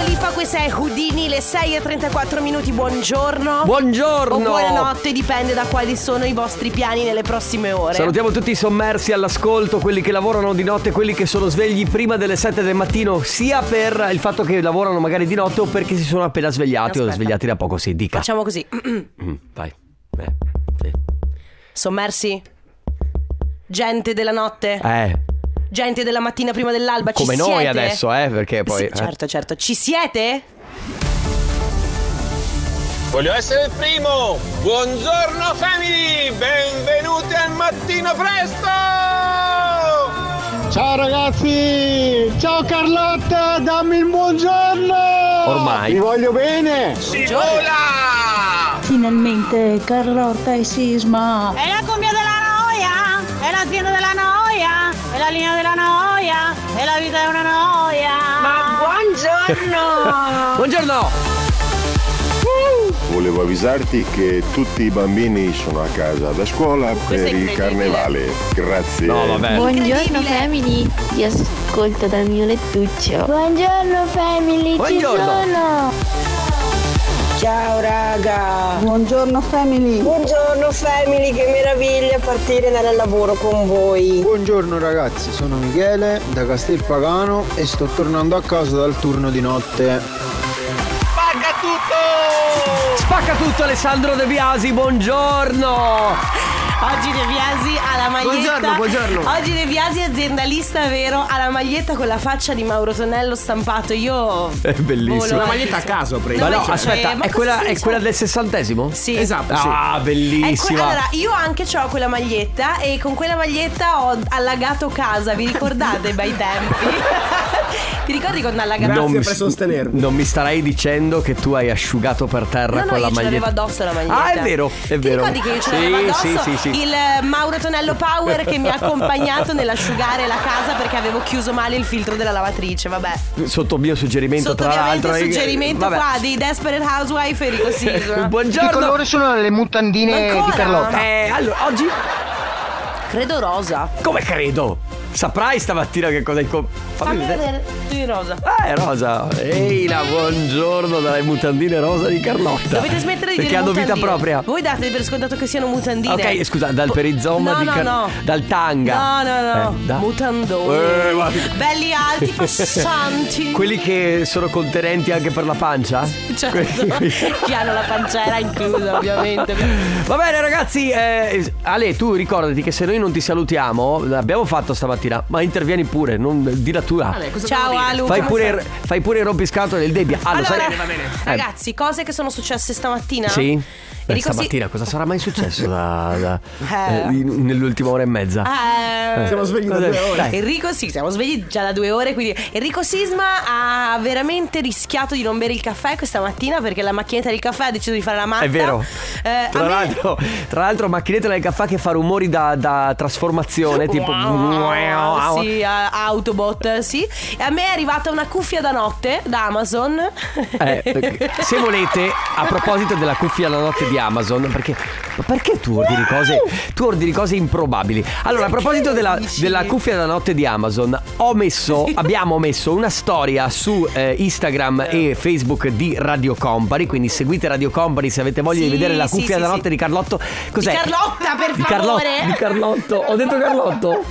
è Houdini, le 6 e 34 minuti, buongiorno. Buongiorno. O buonanotte, dipende da quali sono i vostri piani nelle prossime ore. Salutiamo tutti i sommersi all'ascolto, quelli che lavorano di notte, quelli che sono svegli prima delle 7 del mattino, sia per il fatto che lavorano magari di notte o perché si sono appena svegliati o Aspetta. svegliati da poco, sì, dica. Facciamo così. Mm, vai. Eh, sì. Sommersi. Gente della notte. Eh, Gente della mattina prima dell'alba. come Ci noi siete? adesso, eh, perché poi... Sì, eh. certo, certo. Ci siete? Voglio essere il primo! Buongiorno family! Benvenuti al mattino presto! Ciao ragazzi! Ciao Carlotta, dammi il buongiorno! Ormai. Vi voglio bene! Si vola! Finalmente Carlotta e Sisma. È la cumbia della noia, è l'azienda della noia, è la linea della noia, è la vita è una noia. Ma buongiorno! Buongiorno. Volevo avvisarti che tutti i bambini sono a casa da scuola per il carnevale. Grazie. No, vabbè. Buongiorno family, ti ascolto dal mio lettuccio. Buongiorno family, Buongiorno. ci sono! Ciao raga! Buongiorno family. Buongiorno family, che meraviglia partire dal lavoro con voi! Buongiorno ragazzi, sono Michele da Castel Pagano e sto tornando a casa dal turno di notte. Paga tutto! Spacca tutto Alessandro De Biasi, buongiorno. Oggi De Biasi ha la maglietta. Buongiorno, buongiorno. Oggi De Biasi, aziendalista vero, ha la maglietta con la faccia di Mauro Tonello stampato. Io. È bellissimo. volo La maglietta a caso, prego. Ma La no, maglietta- eh, aspetta, ma è quella, cosa si è dice? quella del sessantesimo? Sì. Esatto, sì. Ah, È que- bellissima. Ecco, allora, io anche ho quella maglietta e con quella maglietta ho allagato casa, vi ricordate bei tempi? Ti ricordi quando allagato Grazie mi per s- sostenermi. Non mi starai dicendo che tu hai asciugato per terra No, no, con la io ce maglietta. l'avevo addosso la maglietta. Ah, è vero, è vero. Ti ricordi che io ce Sì, l'avevo addosso? sì, sì, sì. Il eh, Mauro Tonello Power che mi ha accompagnato nell'asciugare la casa perché avevo chiuso male il filtro della lavatrice, vabbè. Sotto mio suggerimento, Sotto tra ovviamente l'altro. eh, il suggerimento vabbè. qua di Desperate Housewife Enrico Sisma. Buongiorno. Che colore sono le mutandine Ancora? di Carlotta? Eh, allora, oggi, Credo rosa. come credo? Saprai stamattina che cosa hai comprato? Fammi vedere. Sì, rosa. Eh, Rosa. Ehi, la buongiorno dalle mutandine rosa di Carlotta. Dovete smettere di Perché dire hanno vita mutandine. propria. Voi date per scontato che siano mutandine. Ok, scusa, dal Po- perizoma no, di no, Car- no. dal tanga. No, no, no. Eh, da- Mutandoni. Eh, ma- Belli alti, passanti. Quelli che sono contenenti anche per la pancia? Certo. che hanno la pancera inclusa, ovviamente. Va bene ragazzi, eh, Ale tu ricordati che se noi non ti salutiamo, l'abbiamo fatto stamattina, ma intervieni pure, non, di la tua. Ciao Alu. fai, come pure, stai? il- fai pure il rompiscatole del debbia. Ah, lo Allora, sai- ragazzi, cose che sono successe stamattina. Eh, sì? Beh, Enrico Si- stamattina cosa sarà mai successo da- da- Eh. eh, in- nell'ultima ora e mezza? Eh, Siamo svegli da Dai, due ore. dai. Enrico sì, siamo svegli già da due ore, quindi Enrico Sisma ha veramente rischiato di non bere il caffè questa mattina perché la macchinetta del caffè ha deciso di fare la matta. È vero. Eh, a tra, me- l'altro, tra l'altro, macchinetta del caffè che fa rumori da, da trasformazione, tipo. Wow, sì, a- Autobot, sì. E a me è arrivata una cuffia da notte da Amazon. Eh, se volete, a proposito della cuffia alla notte di Amazon, perché, ma perché tu ordini cose, tu ordini cose improbabili? Allora, a proposito della, dici? della cuffia alla notte di Amazon, ho messo, abbiamo messo una storia su eh, Instagram e Facebook di Radio Company. Quindi seguite Radio Company se avete voglia Sì, di vedere la sì, cuffia sì, alla sì. notte di Carlotto. Cos'è? Di Carlotta, per Di favore. Carlo- di Carlotto, ho detto Carlotto.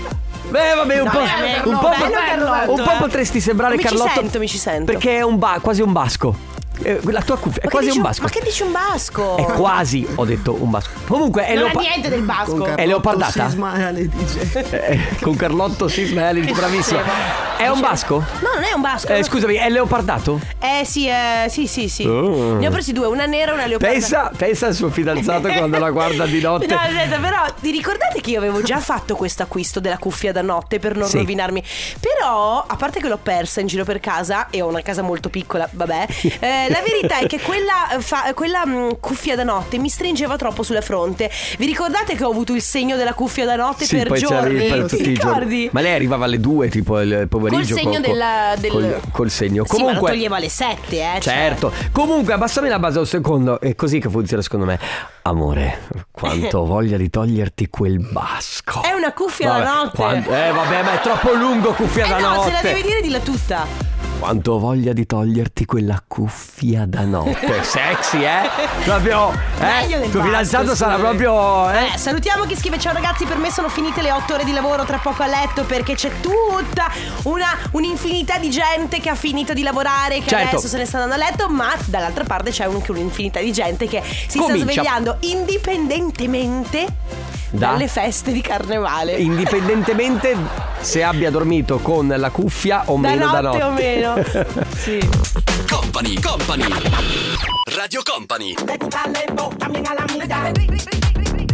Beh, vabbè, un No, po', eh, un no, po', bello Carlotto, un po' eh. potresti sembrare Mi ci Carlotto. sento, mi ci sento. Perché che è un ba- quasi un basco. Eh, la tua cuffia è Ma che quasi dici un basco. Eh, Ma che dici un basco? È quasi, ho detto un basco. Comunque è, non leopa- ha niente del basco. è leopardata. Sisma e Ale DJ. Eh, con Carlotto Sisma e Alice, bravissima. È un basco? No, non è un basco. Eh, scusami, è leopardato? Eh sì, eh, sì, sì, sì. Oh. Ne ho presi due, una nera e una leoparda. Pensa, pensa al suo fidanzato quando la guarda di notte. No, aspetta, però ti ricordate che io avevo già fatto questo acquisto della cuffia da notte per non Sì. rovinarmi? Però, a parte che l'ho persa in giro per casa e ho una casa molto piccola, vabbè, eh, la verità è che quella, eh, fa- quella, mh, cuffia da notte mi stringeva troppo sulla fronte. Vi ricordate che ho avuto il segno della cuffia da notte Sì, per poi giorni? c'era per tutti Ti i giorni. ricordi? Ma lei arrivava alle due, tipo il pomeriggio. Col segno co- co- della- del- Col, col segno. Sì, ma lo Comunque, toglieva alle 7, eh. cioè. Certo, comunque abbassami la base un secondo, è così che funziona secondo me. Amore, quanto ho voglia di toglierti quel basco. È una cuffia da notte. Eh vabbè, ma è troppo lungo cuffia Eh da no, notte. se la devi dire, dilla tutta. Quanto ho voglia di toglierti quella cuffia da notte. Sexy, eh? Proprio. Meglio Eh? del Tuo basso, fidanzato sì. sarà proprio. Eh? Eh, salutiamo chi scrive Ciao ragazzi per me sono finite le 8 ore di lavoro Tra poco a letto perché c'è tutta una, Un'infinità di gente Che ha finito di lavorare Che Certo. adesso se ne sta andando a letto Ma dall'altra parte c'è anche un'infinità di gente Che si Comincia. sta svegliando Indipendentemente Da? Dalle feste di carnevale Indipendentemente se abbia dormito con la cuffia o Da meno notte, da notte. o meno Sì Company, company. Radio Company.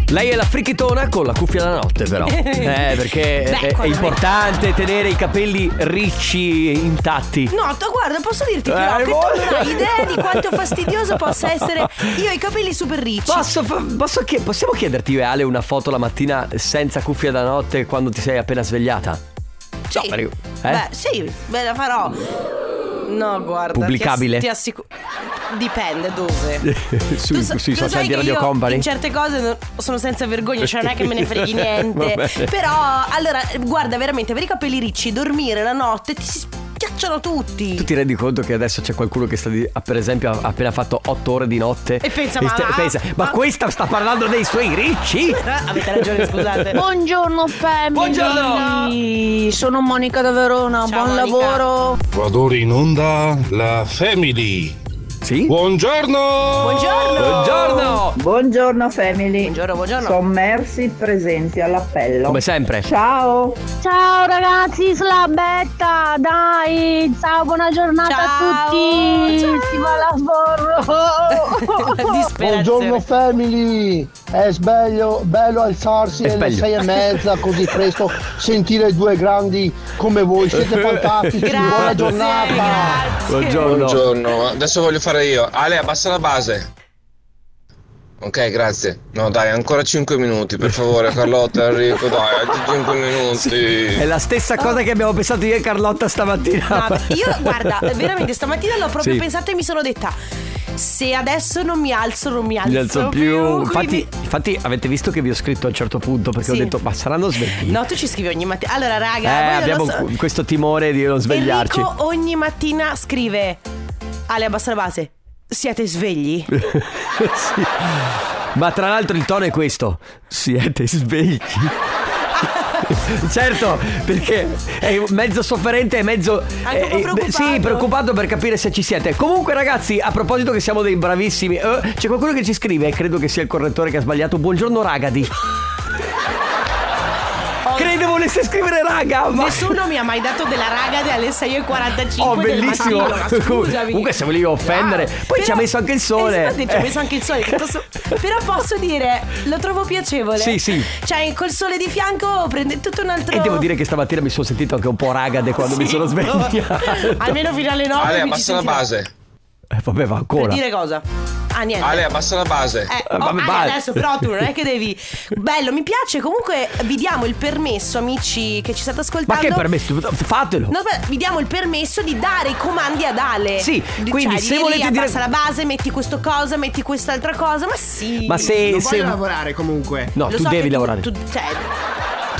Lei è la frichitona con la cuffia da notte, però. Eh, perché Beh, è- è, quando- importante tenere i capelli ricci e intatti. No, to- guarda, posso dirti però Eh, che boh. tu non hai idea di quanto fastidioso possa essere. Io ho i capelli super ricci. Posso, fa- posso chie- possiamo chiederti, Ale, una foto la mattina senza cuffia da notte quando ti sei appena svegliata? Sì. No, perché- eh? Beh, sì, ve la farò. No, guarda. ti ass- Pubblicabile? Ti, assicuro. Dipende dove. Sui- Tu sa- sui tu social sai di che Radio io Company? In certe cose non- sono senza vergogna, cioè non è che me ne freghi niente. Vabbè. Però, allora, guarda, veramente, avere i capelli ricci, dormire la notte, ti si schiacciano tutti. Tu ti rendi conto che adesso c'è qualcuno che sta, di- ha, per esempio, ha appena fatto 8 ore di notte E pensa, ma- sta- pensa, ma questa sta parlando dei suoi ricci? Eh, Avete ragione, scusate. Buongiorno family. Buongiorno. Sono Monica da Verona, Ciao, buon Monica. lavoro. Vado in onda la family. Sì. Buongiorno. Buongiorno. Buongiorno. Buongiorno family. Buongiorno, buongiorno. Sommersi presenti all'appello. Come sempre. Ciao. Ciao ragazzi, slabetta, dai, ciao, buona giornata a tutti. Si va a lavoro. Buongiorno family, è sveglio, bello alzarsi È alle sveglio. sei e mezza così presto, sentire due grandi come voi, siete fantastici, buona Grazie, giornata. Buongiorno. Buongiorno. Adesso voglio fare io. Ale, abbassa la base. Ok, grazie. No, dai, ancora 5 minuti, per favore, Carlotta, Enrico, dai, altri 5 minuti. È la stessa cosa che abbiamo pensato io e Carlotta stamattina. Ah. No, beh, Ah, io guarda, veramente stamattina l'ho proprio Sì. pensato e mi sono detta se adesso non mi alzo non mi alzo, Mi alzo più. quindi- Infatti, infatti, avete visto che vi ho scritto a un certo punto perché ho Sì. detto, ma saranno svegli? No, tu ci scrivi ogni mattina. Allora, eh, raga, voi non abbiamo lo so- cu- questo timore di non svegliarci. Enrico ogni mattina scrive Ale abbassa la base. Siete svegli? Sì. Ma tra l'altro il tono è questo. Siete svegli. certo, perché è mezzo sofferente e mezzo... Anche un po' eh, eh, preoccupato. sì, preoccupato per capire se ci siete. Comunque ragazzi, a proposito che siamo dei bravissimi, eh, c'è qualcuno che ci scrive, e credo che sia il correttore che ha sbagliato. Buongiorno ragadi. Credo volesse scrivere raga, ma... Nessuno mi ha mai dato della raga alle 6.45 Oh, del bellissimo! mattino, ma scusami. Comunque, se volevi offendere, Ah, poi ci ha però- messo anche il sole. Esatto, ci ha Eh. messo anche il sole. che posso- però posso dire, lo trovo piacevole. Sì, sì. Cioè, col sole di fianco prende tutto un altro. E devo dire che stamattina mi sono sentito anche un po' ragade quando mi Sì. sono svegliato. Almeno fino alle 9. Ale, mi ci abbassa la sentirò. base. Eh, vabbè, va Per ancora. dire cosa? Ah, niente. Ale, abbassa la base. Eh, Eh, oh, vabbè, Ale, vai. adesso però tu non è che devi Bello mi piace comunque vi diamo il permesso amici che ci state Ma ascoltando che permesso? Fatelo. No, beh, vi diamo il permesso di dare i comandi ad Ale. Sì, Di- quindi cioè, se di dire, volete dire- abbassa la base, metti questo cosa, metti quest'altra cosa, ma sì. Ma se. Lo se- voglio- comunque. No, Lo tu so che devi lavorare. tu- Tu... cioè,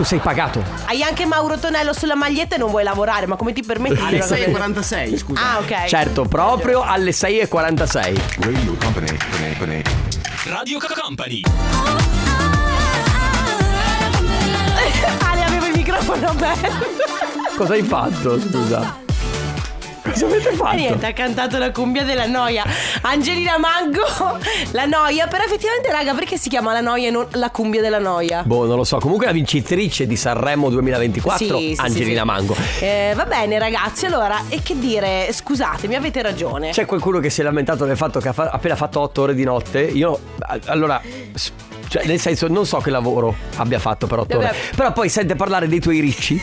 sei pagato. hai anche Mauro Tonello sulla maglietta e non vuoi lavorare, ma come ti permetti di Alle dire una cosa del- 6.46, scusa. Ah, ok. Certo, proprio alle 6.46. Radio Company. Radio Company. Certo. Ale aveva il microfono aperto. Cosa hai fatto? Scusa. Cosa avete E fatto? Eh, niente, ha cantato la cumbia della noia. Angelina Mango, la noia. Però effettivamente, raga, perché si chiama la noia e non la cumbia della noia? Boh, non lo so. Comunque la vincitrice di Sanremo 2024, Sì, sì, Angelina sì, sì. Mango. Eh, va bene, ragazzi. Allora, e che dire? Scusatemi, avete ragione. C'è qualcuno che si è lamentato del fatto che ha fa- appena fatto 8 ore di notte. Io, a- allora, s- cioè, nel senso, non so che lavoro abbia fatto per 8 ore. Vabbè. Però poi sente parlare dei tuoi ricci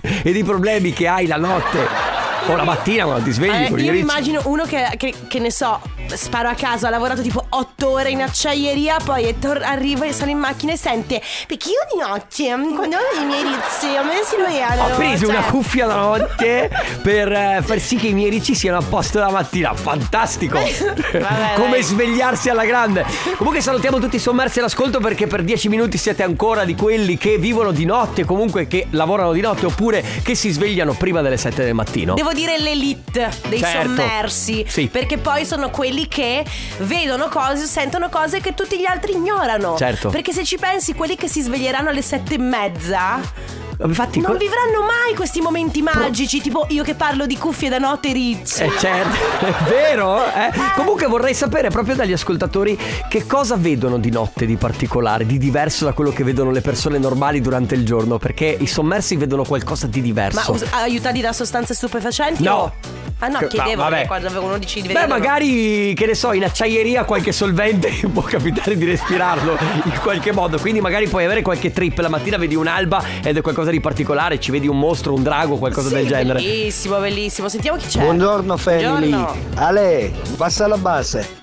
e dei problemi che hai la notte o la mattina quando ti svegli Eh, con i io mi ricci. immagino uno che, che- che ne so, sparo a caso, ha lavorato tipo 8 ore in acciaieria, poi è tor- arriva e sale in macchina e sente perché io di notte, mm, quando ho i miei rizzi, a me si lo erano. Ho preso cioè- una cuffia la notte per eh, far sì che i miei ricci siano a posto la mattina. Fantastico! Vabbè, Come dai. svegliarsi alla grande. Comunque salutiamo tutti i sommersi all'ascolto perché per 10 minuti siete ancora di quelli che vivono di notte, comunque che lavorano di notte oppure che si svegliano prima delle 7 del mattino. Devo dire l'elite dei Certo. sommersi. Sì. Perché poi sono quelli che vedono cose, sentono cose che tutti gli altri ignorano. Certo. Perché se ci pensi, quelli che si sveglieranno alle sette e mezza. Infatti, non co- vivranno mai questi momenti magici, tipo io che parlo di cuffie da notte Rizzo. Eh, certo, è vero. eh. Comunque vorrei sapere proprio dagli ascoltatori che cosa vedono di notte di particolare, di diverso da quello che vedono le persone normali durante il giorno, perché i sommersi vedono qualcosa di Ma diverso. us- aiutati da sostanze stupefacenti? No. o- Ah no, Che- chiedevo ma vabbè. perché quando avevo uno dici di Beh, vedere. magari, che ne so, in acciaieria qualche solvente può capitare di respirarlo in qualche modo. Quindi magari puoi avere qualche trip. La mattina vedi un'alba ed è qualcosa di particolare, ci vedi un mostro, un drago, qualcosa Sì, del genere. Bellissimo, bellissimo. Sentiamo chi c'è. Buongiorno family. Buongiorno. Ale, bassa la base.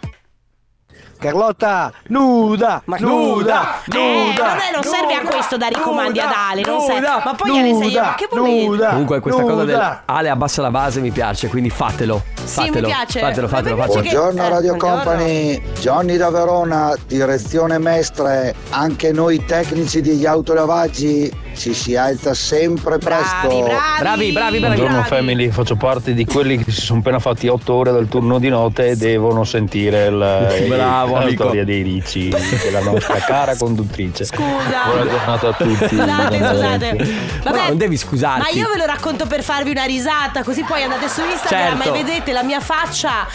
Carlotta, nuda, nuda, Eh, nuda. vabbè, non serve a questo dare i comandi ad Ale, non serve. Ma poi nuda, alle sei, ma che momento? Comunque questa cosa del nuda. Ale abbassa la base mi piace, quindi fatelo. Sì, fatelo, mi piace. Fatelo, fatelo, fatelo. Buongiorno Radio Company, Eh, Johnny da Verona, direzione Mestre, anche noi tecnici degli autolavaggi ci si alza sempre presto. Bravi, bravi, bravi. Buongiorno family, faccio parte di quelli che si sono appena fatti 8 ore dal turno di notte e devono sentire il, Bravo, la amico. storia dei ricci della nostra cara conduttrice. Scusa. Buona giornata a tutti. Scusate, scusate. Vabbè, No, non devi scusarti. Ma io ve lo racconto per farvi una risata, così poi andate su Instagram Certo. e vedete la mia faccia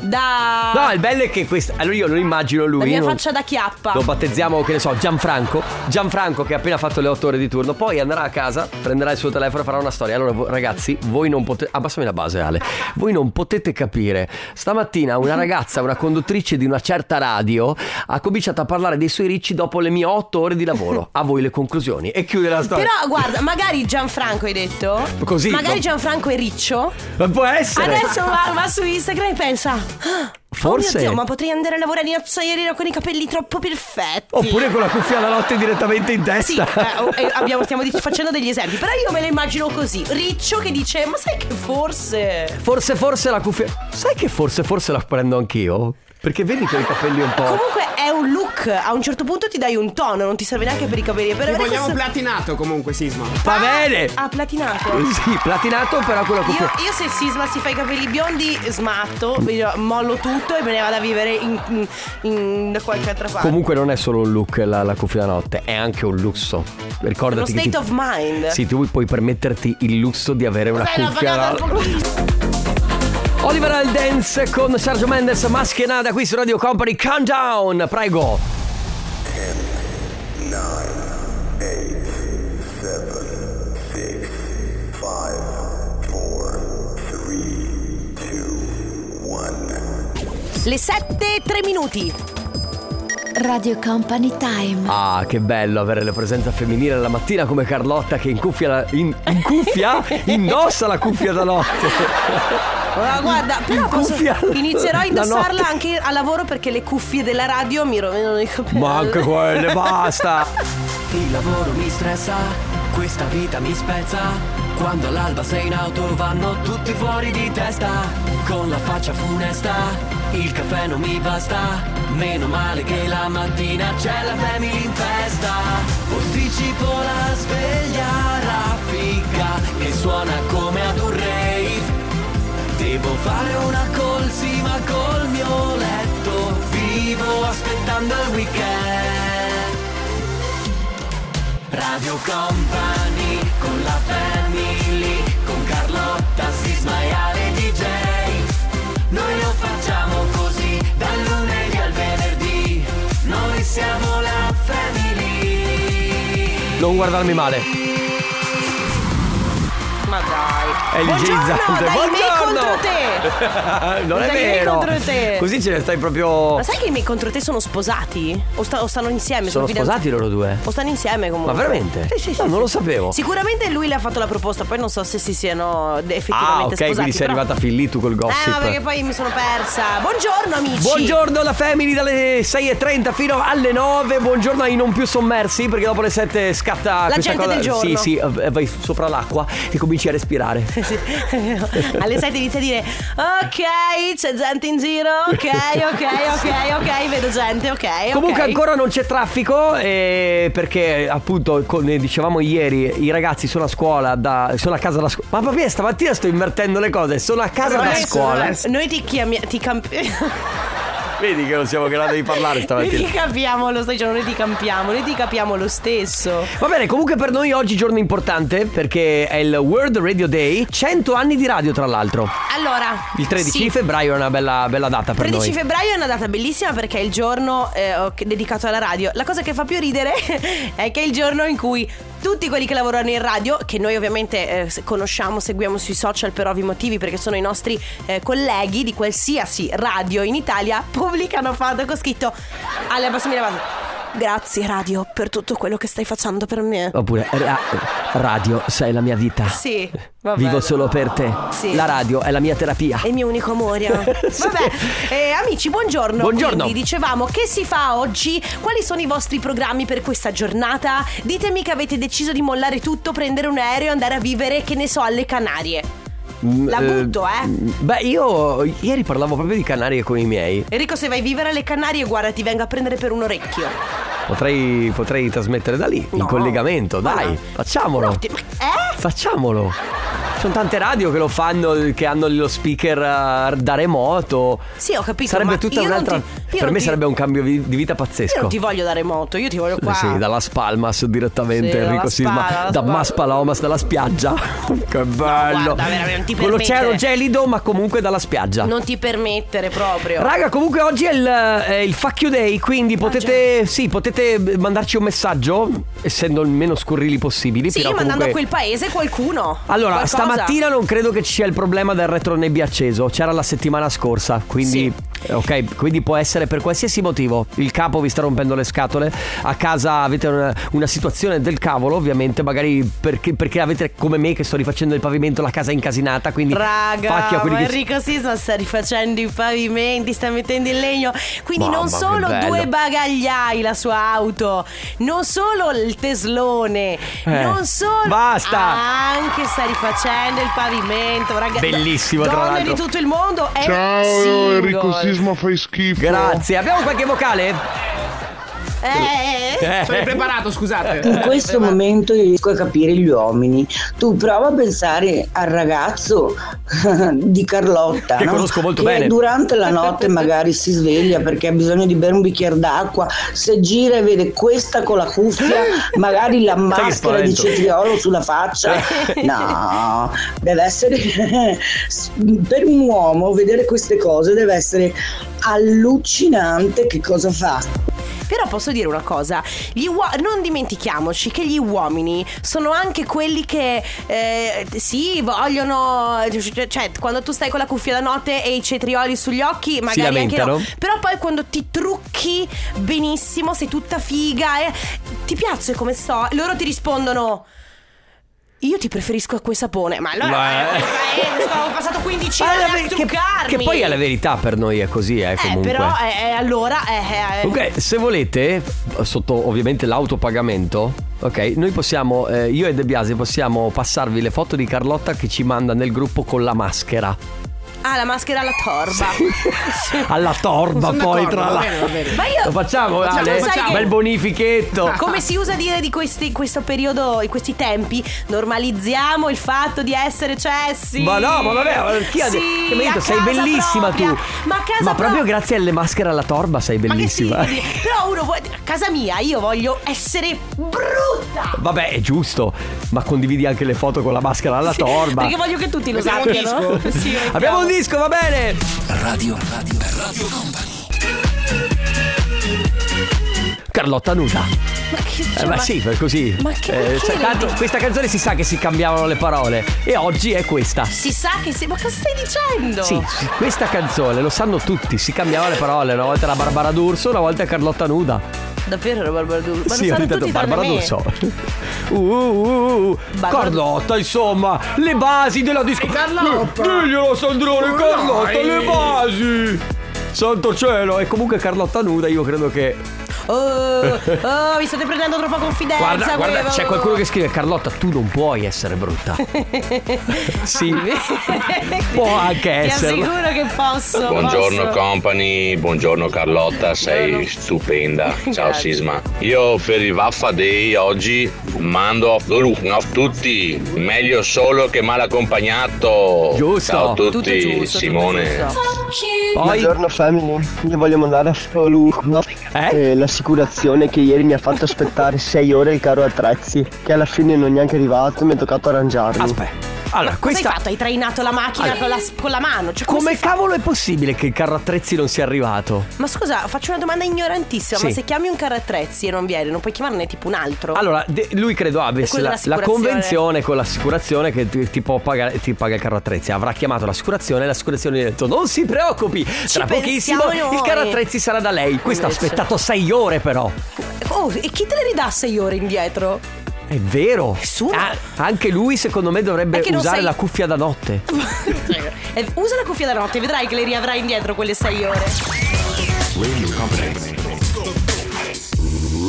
da. No, il bello è che questa. Allora io lo immagino lui. la mia non- faccia da chiappa. Lo battezziamo, che ne so, Gianfranco. Gianfranco che ha appena fatto le 8 ore di turno, poi andrà a casa, prenderà il suo telefono e farà una storia. Allora, vo- ragazzi, voi non potete. Abbassami la base, Ale. Voi non potete capire. Stamattina una ragazza, una conduttrice di una certa radio, ha cominciato a parlare dei suoi ricci dopo le mie 8 ore di lavoro. A voi le conclusioni. E chiude la storia. Però guarda, magari Gianfranco hai detto. Così, Magari no. Gianfranco è riccio. Ma può essere. Adesso va, va su Instagram e pensa. "Ah, Forse- Oh mio Dio, ma potrei andare a lavorare in acciaieria con i capelli troppo perfetti. Oppure con la cuffia alla notte direttamente in Sì, testa. eh, oh, eh, abbiamo- stiamo dic- facendo degli esempi. Però io me la immagino così. Riccio che dice: Ma sai che forse. Forse, forse la cuffia. Sai che forse, forse la prendo anch'io? Perché vedi quei capelli un po'. Comunque è un look. A un certo punto ti dai un tono, non ti serve neanche per i capelli. Per Ti avere vogliamo questo- platinato comunque, Sisma. Va bene! Ah, platinato. Sì, platinato, però con la Io, cuffia. io se Sisma si fa i capelli biondi smatto, Mm. io mollo tutto e me ne vado a vivere in, in- in- da qualche altra parte. Comunque non è solo un look la, la cuffia da notte, è anche un lusso. Ricordati Uno che state ti- of mind. Sì, tu puoi permetterti il lusso di avere una Dai, l'ho cuffia. pagata da- un pochino. Oliver al dance con Sergio Mendes, Maschenada qui su Radio Company, Countdown, prego. Le 7 e 3 minuti. Radio Company Time. Ah, che bello avere la presenza femminile la mattina come Carlotta che in cuffia, la- in, in cuffia indossa la cuffia da notte. Ma guarda, però posso- cuffia la- inizierò a la indossarla notte. anche a lavoro perché le cuffie della radio mi rovinano i capelli. Ma anche quelle, basta. Il lavoro mi stressa, questa vita mi spezza. Quando all'alba sei in auto vanno tutti fuori di testa. Con la faccia funesta, il caffè non mi basta. Meno male che la mattina c'è la family in festa. Posticipo la sveglia raffica che suona come ad un rave. Devo fare una colsima col mio letto. Vivo aspettando il weekend. Radio Company con la family, con Carlotta, Sisma e Ale DJ. Noi lo facciamo così, dal lunedì al venerdì. Noi siamo la family. Non guardarmi male. Ma dai. È Buongiorno, igienizzante. dai me Buongiorno. contro te. non è Dai me vero. contro te. Così ce ne stai proprio. Ma sai che i miei contro te sono sposati? O, sta- o stanno insieme? Sono fidanzati? sposati loro due. O stanno insieme comunque. Ma veramente? Sì, sì, sì. No, sì. non lo sapevo. Sicuramente lui le ha fatto la proposta, poi non so se si siano effettivamente Ah, ok, sposati. quindi sei però- arrivata fin lì tu col Eh, gossip. ma perché poi mi sono persa. Buongiorno amici. Buongiorno alla Family dalle 6.30 fino alle 9. Buongiorno ai non più sommersi perché dopo le 7 scatta La questa gente cosa. del giorno. Sì, sì, eh, vai sopra l'acqua e cominci a respirare. Alle 7 inizia a dire Ok, c'è gente in giro, ok, ok, ok, ok, vedo gente, ok, ok. Comunque ancora non c'è traffico eh, perché appunto come dicevamo ieri i ragazzi sono a scuola da, sono a casa da scuola. Ma papà stamattina sto invertendo le cose, sono a casa da Adesso, scuola. Noi ti chiamiamo ti camp- Vedi che non siamo in grado di parlare Noi ti stamattina. capiamo, lo stai dicendo, noi ti campiamo, noi ti capiamo lo stesso. Va bene, comunque per noi oggi giorno importante perché è il World Radio Day, 100 anni di radio tra l'altro. Allora, Il 13 sì. febbraio è una bella, bella data per 13 noi. febbraio è una data bellissima perché è il giorno eh, ho- dedicato alla radio. La cosa che fa più ridere è che è il giorno in cui tutti quelli che lavorano in radio, che noi ovviamente eh, se- conosciamo, seguiamo sui social per ovvi motivi perché sono i nostri eh, colleghi di qualsiasi radio in Italia, pubblicano foto con scritto alle abbassami la base. Grazie radio per tutto quello che stai facendo per me. Oppure eh, ra- radio, sei la mia vita. Sì, vabbè. Vivo solo per te. Sì. La radio è la mia terapia. È il mio unico amore. Vabbè, eh, amici, buongiorno. Buongiorno. Quindi dicevamo che si fa oggi? Quali sono i vostri programmi per questa giornata? Ditemi che avete deciso di mollare tutto, prendere un aereo e andare a vivere, che ne so, alle Canarie. La butto, eh. Mm, Beh, io ieri parlavo proprio di Canarie con i miei. Enrico, se vai a vivere alle Canarie, guarda, ti vengo a prendere per un orecchio. Potrei, potrei trasmettere da lì, in collegamento, dai, facciamolo. Eh? Facciamolo. Ci sono tante radio che lo fanno, che hanno lo speaker eh, da remoto. Sì, ho capito. Sarebbe ma tutta io non un'altra. ti- io per non me ti- sarebbe un cambio vi- di vita pazzesco. Io non ti voglio da remoto, io ti voglio qua. Sì, dalla Spalmas direttamente Sì, dalla Enrico Sisma, Spala, dalla da Spala. Mas Palomas dalla spiaggia. che bello. guarda, veramente, non ti Con l'oceano permettere. gelido, ma comunque dalla spiaggia. Non ti permettere proprio. Raga, comunque oggi è il, è il Fuck You Day, Ah, quindi potete, sì, potete mandarci un messaggio, essendo il meno scurrili possibili. sì, però mandando comunque- a quel paese qualcuno. Allora, Qualcosa. stamattina non credo che ci sia il problema del retronebbia acceso, c'era la settimana scorsa, quindi... Ok, quindi può essere per qualsiasi motivo. Il capo vi sta rompendo le scatole, a casa avete una, una situazione del cavolo, ovviamente, magari perché, perché avete come me che sto rifacendo il pavimento, la casa è incasinata, quindi... Raga, pacchi a quelli ma che... Enrico Sisma sta rifacendo i pavimenti, sta mettendo il legno. Quindi Mamma, non che solo bello. due bagagliai la sua auto, non solo il teslone, Eh, non solo basta. anche sta rifacendo il pavimento, raga. Bellissimo, tra Donne l'altro. di tutto il mondo eh, è Ciao single. Enrico Sisma, fai schifo. Grazie, abbiamo qualche vocale? Eh, Sono impreparato, In scusate. questo momento io riesco a capire gli uomini. Tu prova a pensare al ragazzo di Carlotta. Che no? conosco molto Che bene. Durante la notte magari si sveglia perché ha bisogno di bere un bicchiere d'acqua. Se gira e vede questa con la cuffia, magari la maschera di spavento. cetriolo sulla faccia. No, deve essere per un uomo vedere queste cose deve essere allucinante che cosa fa. Però posso dire una cosa, gli uo- non dimentichiamoci che gli uomini sono anche quelli che eh, sì, vogliono cioè quando tu stai con la cuffia da notte e i cetrioli sugli occhi, magari anche no. lamentano. Però poi quando ti trucchi benissimo, sei tutta figa e ti piace come sto, loro ti rispondono io ti preferisco a quel sapone, ma allora Ma- eh, eh, stavo passato 15 Ma anni la a ver- che, truccarmi. che poi è la verità per noi, è così, eh, eh, comunque. però eh, eh, allora eh, eh, Ok, se volete, sotto ovviamente l'autopagamento, ok, noi possiamo, eh, io e De Biasi possiamo passarvi le foto di Carlotta che ci manda nel gruppo con la maschera. Ah, la maschera alla torba. Alla torba Sono poi d'accordo, tra va bene, l'altro. va bene. Ma io- Lo facciamo, Facciamo, Ale? sai che- Bel bonifichetto. Come si usa dire di questi, questo periodo, in questi tempi, normalizziamo il fatto di essere cessi. Ma no, ma vabbè, ma chi ha sì, detto- che mi ha detto, a sei casa bellissima propria. tu. Ma a casa Ma proprio propria. grazie alle maschere alla torba sei Ma che bellissima. significa? Però uno vuole. A casa mia io voglio essere brutta. Vabbè, è giusto, ma condividi anche le foto con la maschera alla torba. Perché voglio che tutti lo Mettiamo sappiano. un disco. Sì, mettiamo. Abbiamo un disco, va bene. Radio, radio, radio Company. Carlotta nuda. Cioè, Ma che Eh, ma sì, per così. ma che- Eh, perché sai, le- tanto questa canzone si sa che si cambiavano le parole. E oggi è questa. Si sa che sei. Ma cosa stai dicendo? Sì, sì, questa canzone lo sanno tutti, si cambiavano le parole, una volta era Barbara D'Urso, una volta è Carlotta Nuda. Davvero era Barbara D'Urso? Ma lo sì, ho sanno detto tutti Barbara tranne me. D'Urso. Uh, uh, uh, uh. Barbara- Carlotta, insomma, le basi della discoteca. Carlotta! Diglielo Sandrone, Carlotta, le basi! Santo cielo! E comunque Carlotta Nuda io credo Eh, che... Oh, oh, mi state prendendo troppa confidenza. Guarda, guarda, voi- c'è qualcuno che scrive Carlotta, tu non puoi essere brutta. sì, può anche Ti esserlo. assicuro che posso. Buongiorno posso. company, buongiorno Carlotta, sei stupenda. Ciao Grazie. Sisma. Io per il Vaffa Day oggi mando a tutti, meglio solo che mal accompagnato. Giusto. Ciao a Tutto tutti, giusto, tutto Simone. Buongiorno family, io voglio mandare a Solurno eh, l'assicurazione che ieri mi ha fatto aspettare 6 ore il caro attrezzi che alla fine non è neanche arrivato e mi è toccato arrangiarmi. Aspetta. Allora, Cosa questa... hai fatto? Hai trainato la macchina Allora. con, la, con la mano? Cioè, come Come si fa? cavolo è possibile che il carro attrezzi non sia arrivato? Ma scusa, faccio una domanda ignorantissima. Ma Sì. se chiami un carro attrezzi e non viene, non puoi chiamarne tipo un altro? Allora, de- lui credo abbia quello la, la dell'assicurazione. convenzione con l'assicurazione che ti, ti può pagare, ti paga il carro attrezzi. Avrà chiamato l'assicurazione e l'assicurazione gli ha detto: Non si preoccupi, tra pochissimo pensiamo noi." il carro attrezzi sarà da lei. Questo ha Invece. aspettato sei ore, però. Oh, e chi te le ridà sei ore indietro? È vero. Ah, anche lui, secondo me, dovrebbe Perché non usare sei- la cuffia da notte. Eh, usa la cuffia da notte, vedrai che le riavrai indietro quelle sei ore. Radio Company.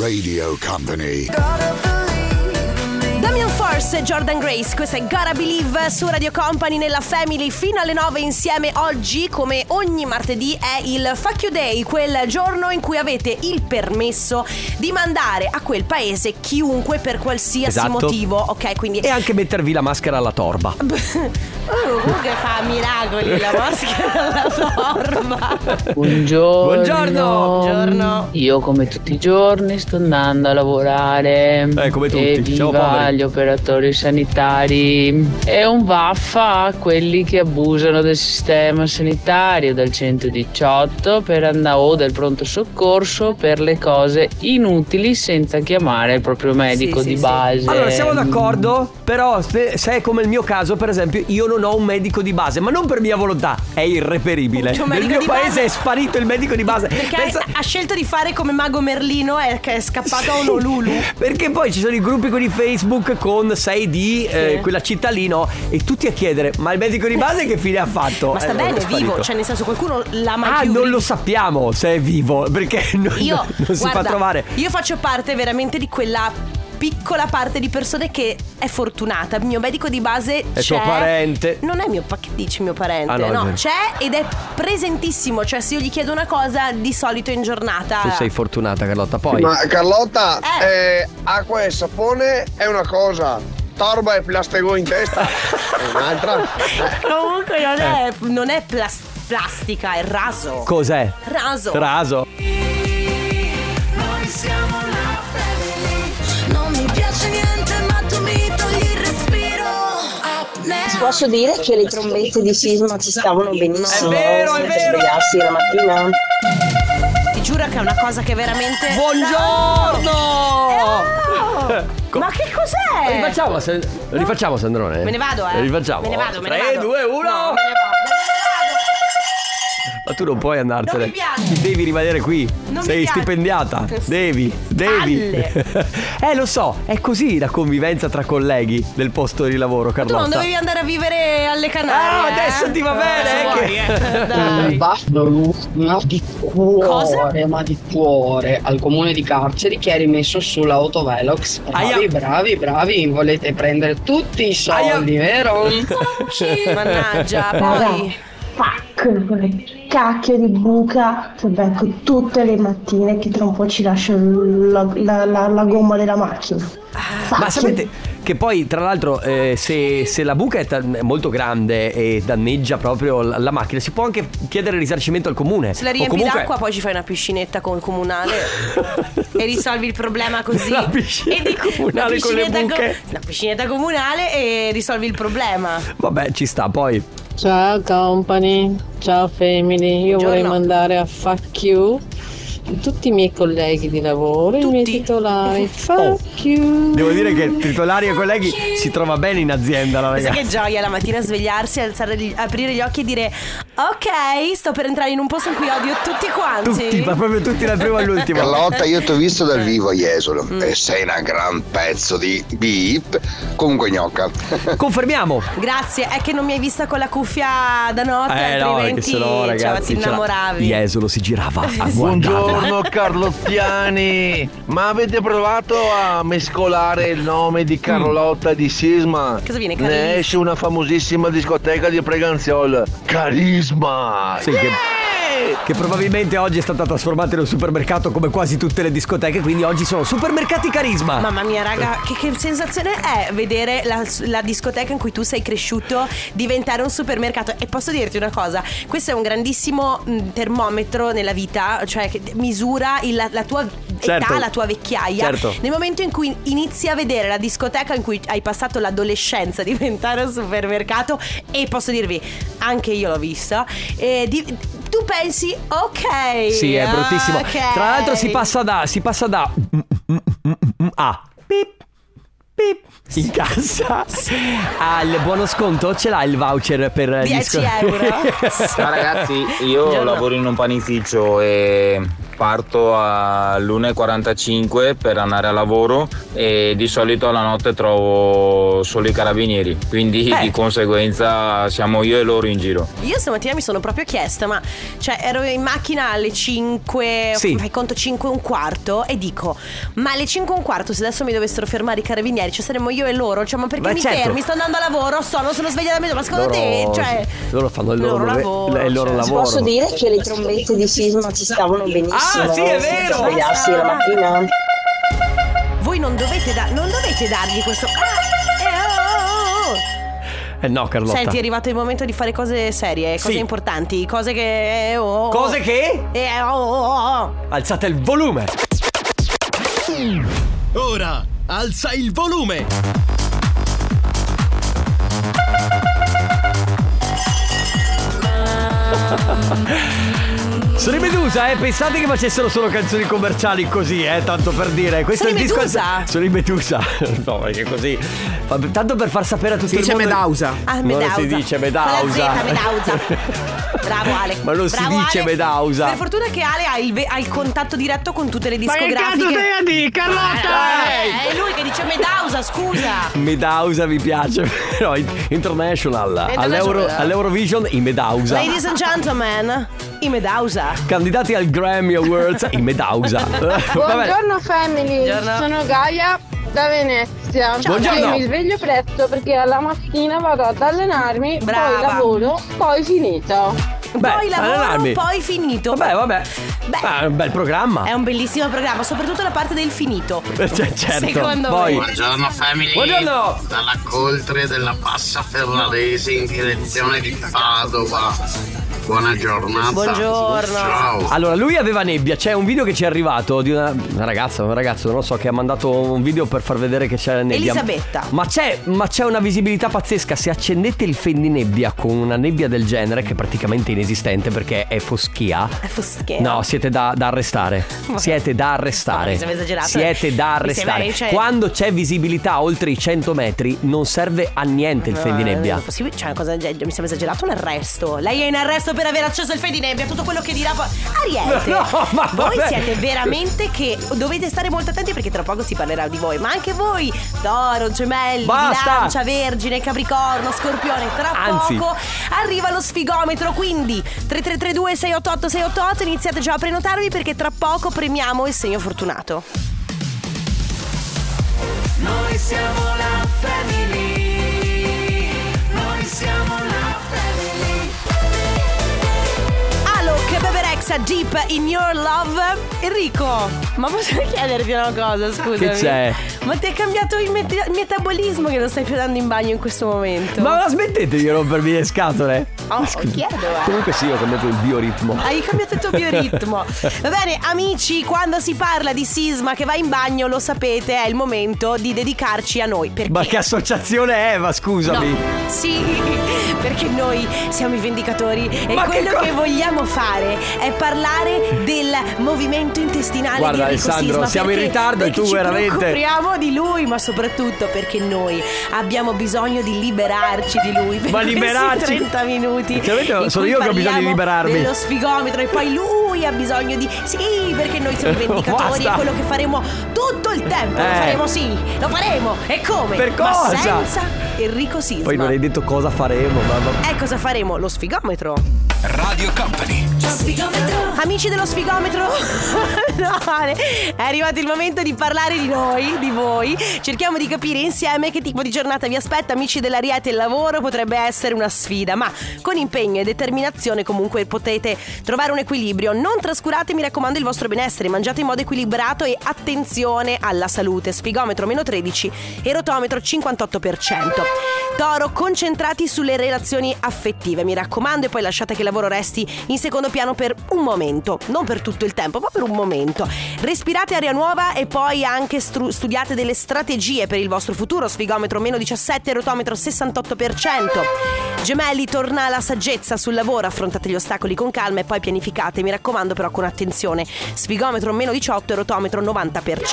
Radio Company. Damian Force e Jordan Grace, questa è Gotta Believe su Radio Company nella Family fino alle 9 insieme oggi come ogni martedì è il Fuck You Day, quel giorno in cui avete il permesso di mandare a quel paese chiunque per qualsiasi Esatto. motivo, ok? Quindi E anche mettervi la maschera alla torba. Uh, comunque fa miracoli la maschera alla torba. Buongiorno. Buongiorno. Buongiorno. Io come tutti i giorni sto andando a lavorare. Eh, come tutti. Siamo Evviva poveri. gli operatori sanitari. È un vaffa a quelli che abusano del sistema sanitario, del 118 per andare o del pronto soccorso per le cose inutili senza chiamare il proprio medico Sì, di sì, sì. base. Ehm, Mm. Allora, siamo d'accordo, però se, se è come il mio caso, per esempio, io non ho un medico di base, ma non per mia volontà, è irreperibile. Un Nel medico mio di paese base- è sparito il medico di base. Perché Pensa- ha scelto di fare come Mago Merlino e che è scappato a un Olulu. Perché poi ci sono i gruppi con i Facebook con 6 di eh, Sì. quella città lì, no? E tutti a chiedere: ma il medico di base che fine ha fatto? Ma sta Eh, no, bene, è è vivo, sparito. cioè nel senso qualcuno l'ama Ah, più non lo sappiamo se è vivo, perché non, Io, non si guarda, eh, fa trovare. Io faccio parte veramente di quella piccola parte di persone che è fortunata. Il mio medico di base È c'è. tuo parente. Non è mio pa- che dici mio parente? Ah, no, è vero. c'è ed è presentissimo, cioè se io gli chiedo una cosa di solito in giornata. Tu sei fortunata, Carlotta. Poi. Ma Carlotta, eh, acqua e sapone è una cosa, torba e plastegò in testa è un'altra. Comunque non è, non è plas- plastica, è raso. Cos'è? Raso. Raso. Noi siamo la family. Non mi piace niente, ma tu mi togli il respiro. Up Ti next. posso dire che le trombette di sisma ci stavano benissimo È vero, è per vero. svegliarsi la mattina. Ti giuro che è una cosa che veramente. Buongiorno! Eh, oh, Ma che cos'è? Rifacciamo, se- rifacciamo Sandrone. Me ne vado, eh. Rifacciamo. Me ne vado, me ne 3, vado. 2, 1. No, me ne Ma tu non puoi andartene. Non mi piace. Devi rimanere qui. Non mi Sei piace. stipendiata. Devi, devi. eh, lo so, è così la convivenza tra colleghi del posto di lavoro, Tu Carlotta. non dovevi andare a vivere alle Canarie. Ah, adesso ti va bene, Adesso eh, vuoi, che- eh. Dai. ma di cuore, ma di cuore al comune di Carceri che è rimesso sull'autovelox. Bravi, Aia. bravi, bravi, volete prendere tutti i soldi, vero? Mannaggia, poi. Fuck, con le cacchio di buca che becco tutte le mattine che tra un po' ci lasciano la, la- la- la gomma della macchina. Ma sapete che poi, tra l'altro, eh, se, se la buca è tan- molto grande e danneggia proprio la, la macchina, si può anche chiedere risarcimento al comune. Se la O riempi comunque- d'acqua, poi ci fai una piscinetta con il comunale e risolvi il problema così. La piscina comunale la con le piscinetta buche. la piscinetta comunale e risolvi il problema. Vabbè, ci sta, poi. Ciao company, ciao family, io vorrei mandare a fuck you tutti i miei colleghi di lavoro, i miei titolari. Oh. Fuck you. Devo dire che titolari e colleghi si trova bene in azienda la Pensa che ragazza. gioia la mattina svegliarsi, alzare gli- aprire gli occhi e dire Ok, sto per entrare in un posto in cui odio tutti quanti Tutti, ma proprio tutti dal primo all'ultimo. Carlotta, io ti ho visto dal vivo a Jesolo e sei una gran pezzo di beep. Comunque gnocca. Confermiamo. Grazie, è che non mi hai vista con la cuffia da notte Eh no, perché Altrimenti sennò ciao, ragazzi ti c'era- innamoravi Jesolo si girava a guardarla Buongiorno Carlottiani, ma avete provato a mescolare il nome di Carlotta e di Sisma? Cosa viene, Ne Carisma? esce una famosissima discoteca di Preganziol, Carisma! Sì, che- Che probabilmente oggi è stata trasformata in un supermercato come quasi tutte le discoteche, quindi oggi sono supermercati carisma. Mamma mia raga, che, che sensazione è vedere la, la discoteca in cui tu sei cresciuto diventare un supermercato E posso dirti una cosa, questo è un grandissimo mh, termometro nella vita Cioè che misura il- la, la tua Certo. età, la tua vecchiaia Certo. Nel momento in cui inizi a vedere la discoteca in cui hai passato l'adolescenza diventare un supermercato E posso dirvi, anche io l'ho vista e di- Tu pensi, ok Sì, è bruttissimo. ok. Tra l'altro si passa da si passa da a pip pip in cassa al buono sconto ce l'ha il voucher per gli 10 sconti. euro. Ciao ragazzi, io Buongiorno. lavoro in un panificio e parto all'1.45 per andare a lavoro e di solito alla notte trovo solo i carabinieri, quindi Eh. di conseguenza siamo io e loro in giro. Io stamattina mi sono proprio chiesta, ma cioè ero in macchina alle 5, Sì. fai conto 5 e un quarto e dico, ma alle 5 e un quarto se adesso mi dovessero fermare i carabinieri, cioè saremmo io e loro, cioè ma perché Ma mi certo. fermi? Sto andando a lavoro, sono, sono svegliata a mezzo, ma secondo te, Loro- cioè... loro fanno il loro, loro re- lavoro, il loro cioè. lavoro. Posso dire che le trombette di sisma ci stavano benissimo. Ah, sì, è vero! Svegliarsi la mattina. Voi non dovete, da- non dovete dargli questo... Ah, eh, oh, oh, oh. Eh no, Carlotta. Senti, è arrivato il momento di fare cose serie, cose Sì. importanti, cose che... eh, oh, oh. Cose che? Eh, oh, oh, oh. Alzate il volume. Ora alza il volume. Sono i Medusa, eh? Pensate che facessero solo canzoni commerciali così, eh? Tanto per dire. Questo Sono è il i disco. Medusa? Sono i Medusa. No, perché così. Fa- Tanto per far sapere a tutti Si il dice mondo. Medausa. Ah, Non Medausa. si dice Con la Z, Medausa. Medausa. Bravo Ale. Ma non si Bravo, dice Ale. Medausa. Per fortuna che Ale ha il, ve- ha il contatto diretto con tutte le Ma che discografiche. cazzo te ne dici, Carlotta? Eh, è lui che dice Medausa, scusa. Medausa mi piace, però in- international. International. All'Euro- all'Eurovision i Medausa. Ladies and gentlemen, i Medausa. Candidati al Grammy Awards i Medausa. Vabbè. Buongiorno family, Buongiorno. sono Gaia da Venezia. Buongiorno. Io mi sveglio presto perché alla mattina vado ad allenarmi, Brava. poi lavoro, poi finito. Beh, poi lavoro, allenarmi. poi finito. Vabbè, vabbè. Ma è un bel programma. È un bellissimo programma, soprattutto la parte del finito. Cioè, certo. Secondo Poi- me. Buongiorno family Buongiorno. Dalla coltre della Passa Ferrarese in direzione di Padova Buona giornata Ciao Allora, lui aveva nebbia. C'è un video che ci è arrivato di una, una ragazza, un ragazzo, non lo so, che ha mandato un video per far vedere che c'era nebbia. Elisabetta. Ma c'è, ma c'è una visibilità pazzesca. Se accendete il fendinebbia con una nebbia del genere, che è praticamente inesistente perché è foschia. È foschia. No, siete da, da arrestare. Ma- Siete da Eh, arrestare. No, mi sembra esagerato. Siete da Mi sembra- arrestare. cioè- Quando c'è visibilità oltre i 100 metri, non serve a niente il No, fendinebbia. non è possibile, cioè, una cosa del genere, mi sembra esagerato un arresto. Lei è in arresto per aver acceso il fedinebbia, tutto quello che dirà. poi- Ariete, No, no, ma voi vabbè. siete veramente che dovete stare molto attenti perché tra poco si parlerà di voi, ma anche voi, Toro, Gemelli, Basta. Bilancia, Vergine, Capricorno, Scorpione, tra Anzi. poco arriva lo sfigometro, quindi 3332 688 688 iniziate già a prenotarvi perché tra poco premiamo il segno fortunato. Noi siamo la family. Noi siamo la family. Alok, Beverexa, Deep in Your Love. Enrico, ma posso chiederti una cosa, scusami? Che c'è? Ma ti è cambiato il met- metabolismo che lo stai più dando in bagno in questo momento? Ma la smettete di rompermi le scatole? Oh, chiedo, eh. Comunque sì, ho cambiato il bioritmo. Hai cambiato il tuo bioritmo. Va bene, amici, quando si parla di sisma che va in bagno, lo sapete, è il momento di dedicarci a noi. Perché? Ma che associazione è, ma scusami? Sì, perché noi siamo i vendicatori e quello che, vogliamo fare è parlare del movimento intestinale Guarda, di Enrico Alessandro, Sisma, siamo in perché- ritardo e perché tu ci veramente- preoccupiamo di lui, ma soprattutto perché noi abbiamo bisogno di liberarci di lui. per Ma questi liberarci? 30 minuti. Veramente in sono cui io che ho bisogno di parliamo liberarmi. Dello sfigometro e poi lui ha bisogno di Sì, perché noi siamo i vendicatori Basta. è quello che faremo tutto il tempo. Lo Eh. faremo sì, lo faremo. E come? Per Ma cosa? senza Enrico Sisma. Poi non hai detto cosa faremo, mamma. E cosa faremo? Lo sfigometro. Radio Company. Amici dello sfigometro, no, Ale, è arrivato il momento di parlare di noi, di voi. Cerchiamo di capire insieme che tipo di giornata vi aspetta. Amici dell'Ariete, il lavoro potrebbe essere una sfida, ma con impegno e determinazione comunque potete trovare un equilibrio. Non trascurate, mi raccomando, il vostro benessere. Mangiate in modo equilibrato e attenzione alla salute. Sfigometro meno 13 e rotometro 58%. Toro, concentrati sulle relazioni affettive, mi raccomando, e poi lasciate che il lavoro resti in secondo piano per un momento, non per tutto il tempo, ma per un momento. Respirate aria nuova e poi anche stru- studiate delle strategie per il vostro futuro, sfigometro meno 17, rotometro 68%. Gemelli, torna la saggezza sul lavoro, affrontate gli ostacoli con calma e poi pianificate, mi raccomando però con attenzione, sfigometro meno 18 e rotometro 90%.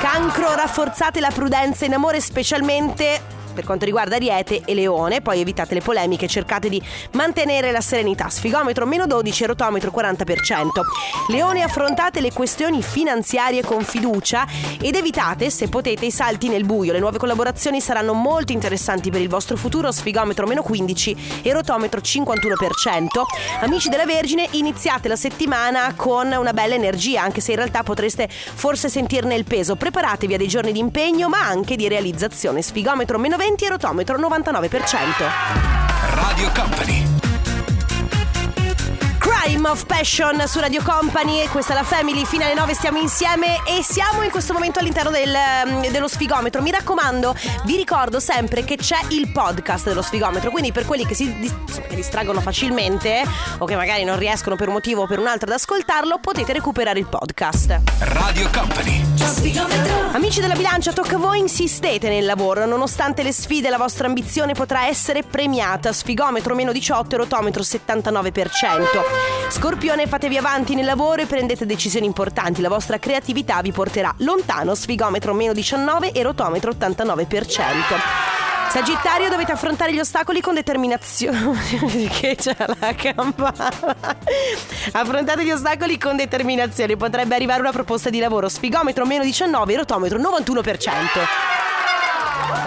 Cancro, rafforzate la prudenza in amore, specialmente per quanto riguarda Ariete e Leone. Poi evitate le polemiche, cercate di mantenere la serenità. Sfigometro meno 12, rotometro 40%. Leone, affrontate le questioni finanziarie con fiducia ed evitate, se potete, i salti nel buio. Le nuove collaborazioni saranno molto interessanti per il vostro futuro. Sfigometro meno 15 e rotometro 51%. Amici della Vergine, iniziate la settimana con una bella energia, anche se in realtà potreste forse sentirne il peso. Preparatevi a dei giorni di impegno, ma anche di realizzazione. Sfigometro meno 20 e rotometro 99%. Radio Company. Crime of Passion su Radio Company, questa è la Family, fino alle 9 stiamo insieme e siamo in questo momento all'interno del, mm, dello sfigometro. Mi raccomando, vi ricordo sempre che c'è il podcast dello sfigometro, quindi per quelli che si dis- insomma, che distraggono facilmente o che magari non riescono per un motivo o per un altro ad ascoltarlo, potete recuperare il podcast. Radio Company. Amici della bilancia, tocca a voi, insistete nel lavoro. Nonostante le sfide, la vostra ambizione potrà essere premiata. Sfigometro meno 18, rotometro 79%. Scorpione, fatevi avanti nel lavoro e prendete decisioni importanti. La vostra creatività vi porterà lontano. Sfigometro meno 19 e rotometro 89%. Sagittario dovete affrontare gli ostacoli con determinazione. che c'è la campana? Affrontate gli ostacoli con determinazione. Potrebbe arrivare una proposta di lavoro. Sfigometro meno 19, rotometro 91%.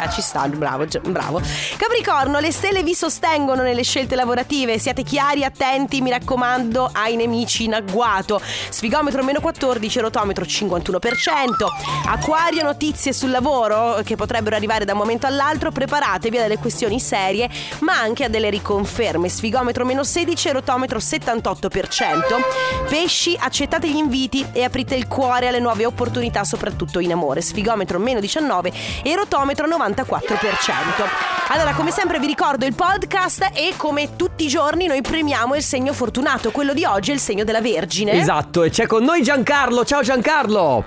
Ah, ci sta, bravo, Gio- bravo. Capricorno, le stelle vi sostengono nelle scelte lavorative. Siate chiari, attenti, mi raccomando, ai nemici in agguato. Sfigometro meno 14, rotometro 51%. Acquario, notizie sul lavoro eh, che potrebbero arrivare da un momento all'altro. Preparatevi a delle questioni serie, ma anche a delle riconferme. Sfigometro meno 16, rotometro 78%. Pesci, accettate gli inviti e aprite il cuore alle nuove opportunità, soprattutto in amore. Sfigometro meno 19 e rotometro 94%. Allora, come sempre vi ricordo il podcast e come tutti i giorni noi premiamo il segno fortunato. Quello di oggi è il segno della Vergine. Esatto, e c'è con noi Giancarlo. Ciao Giancarlo.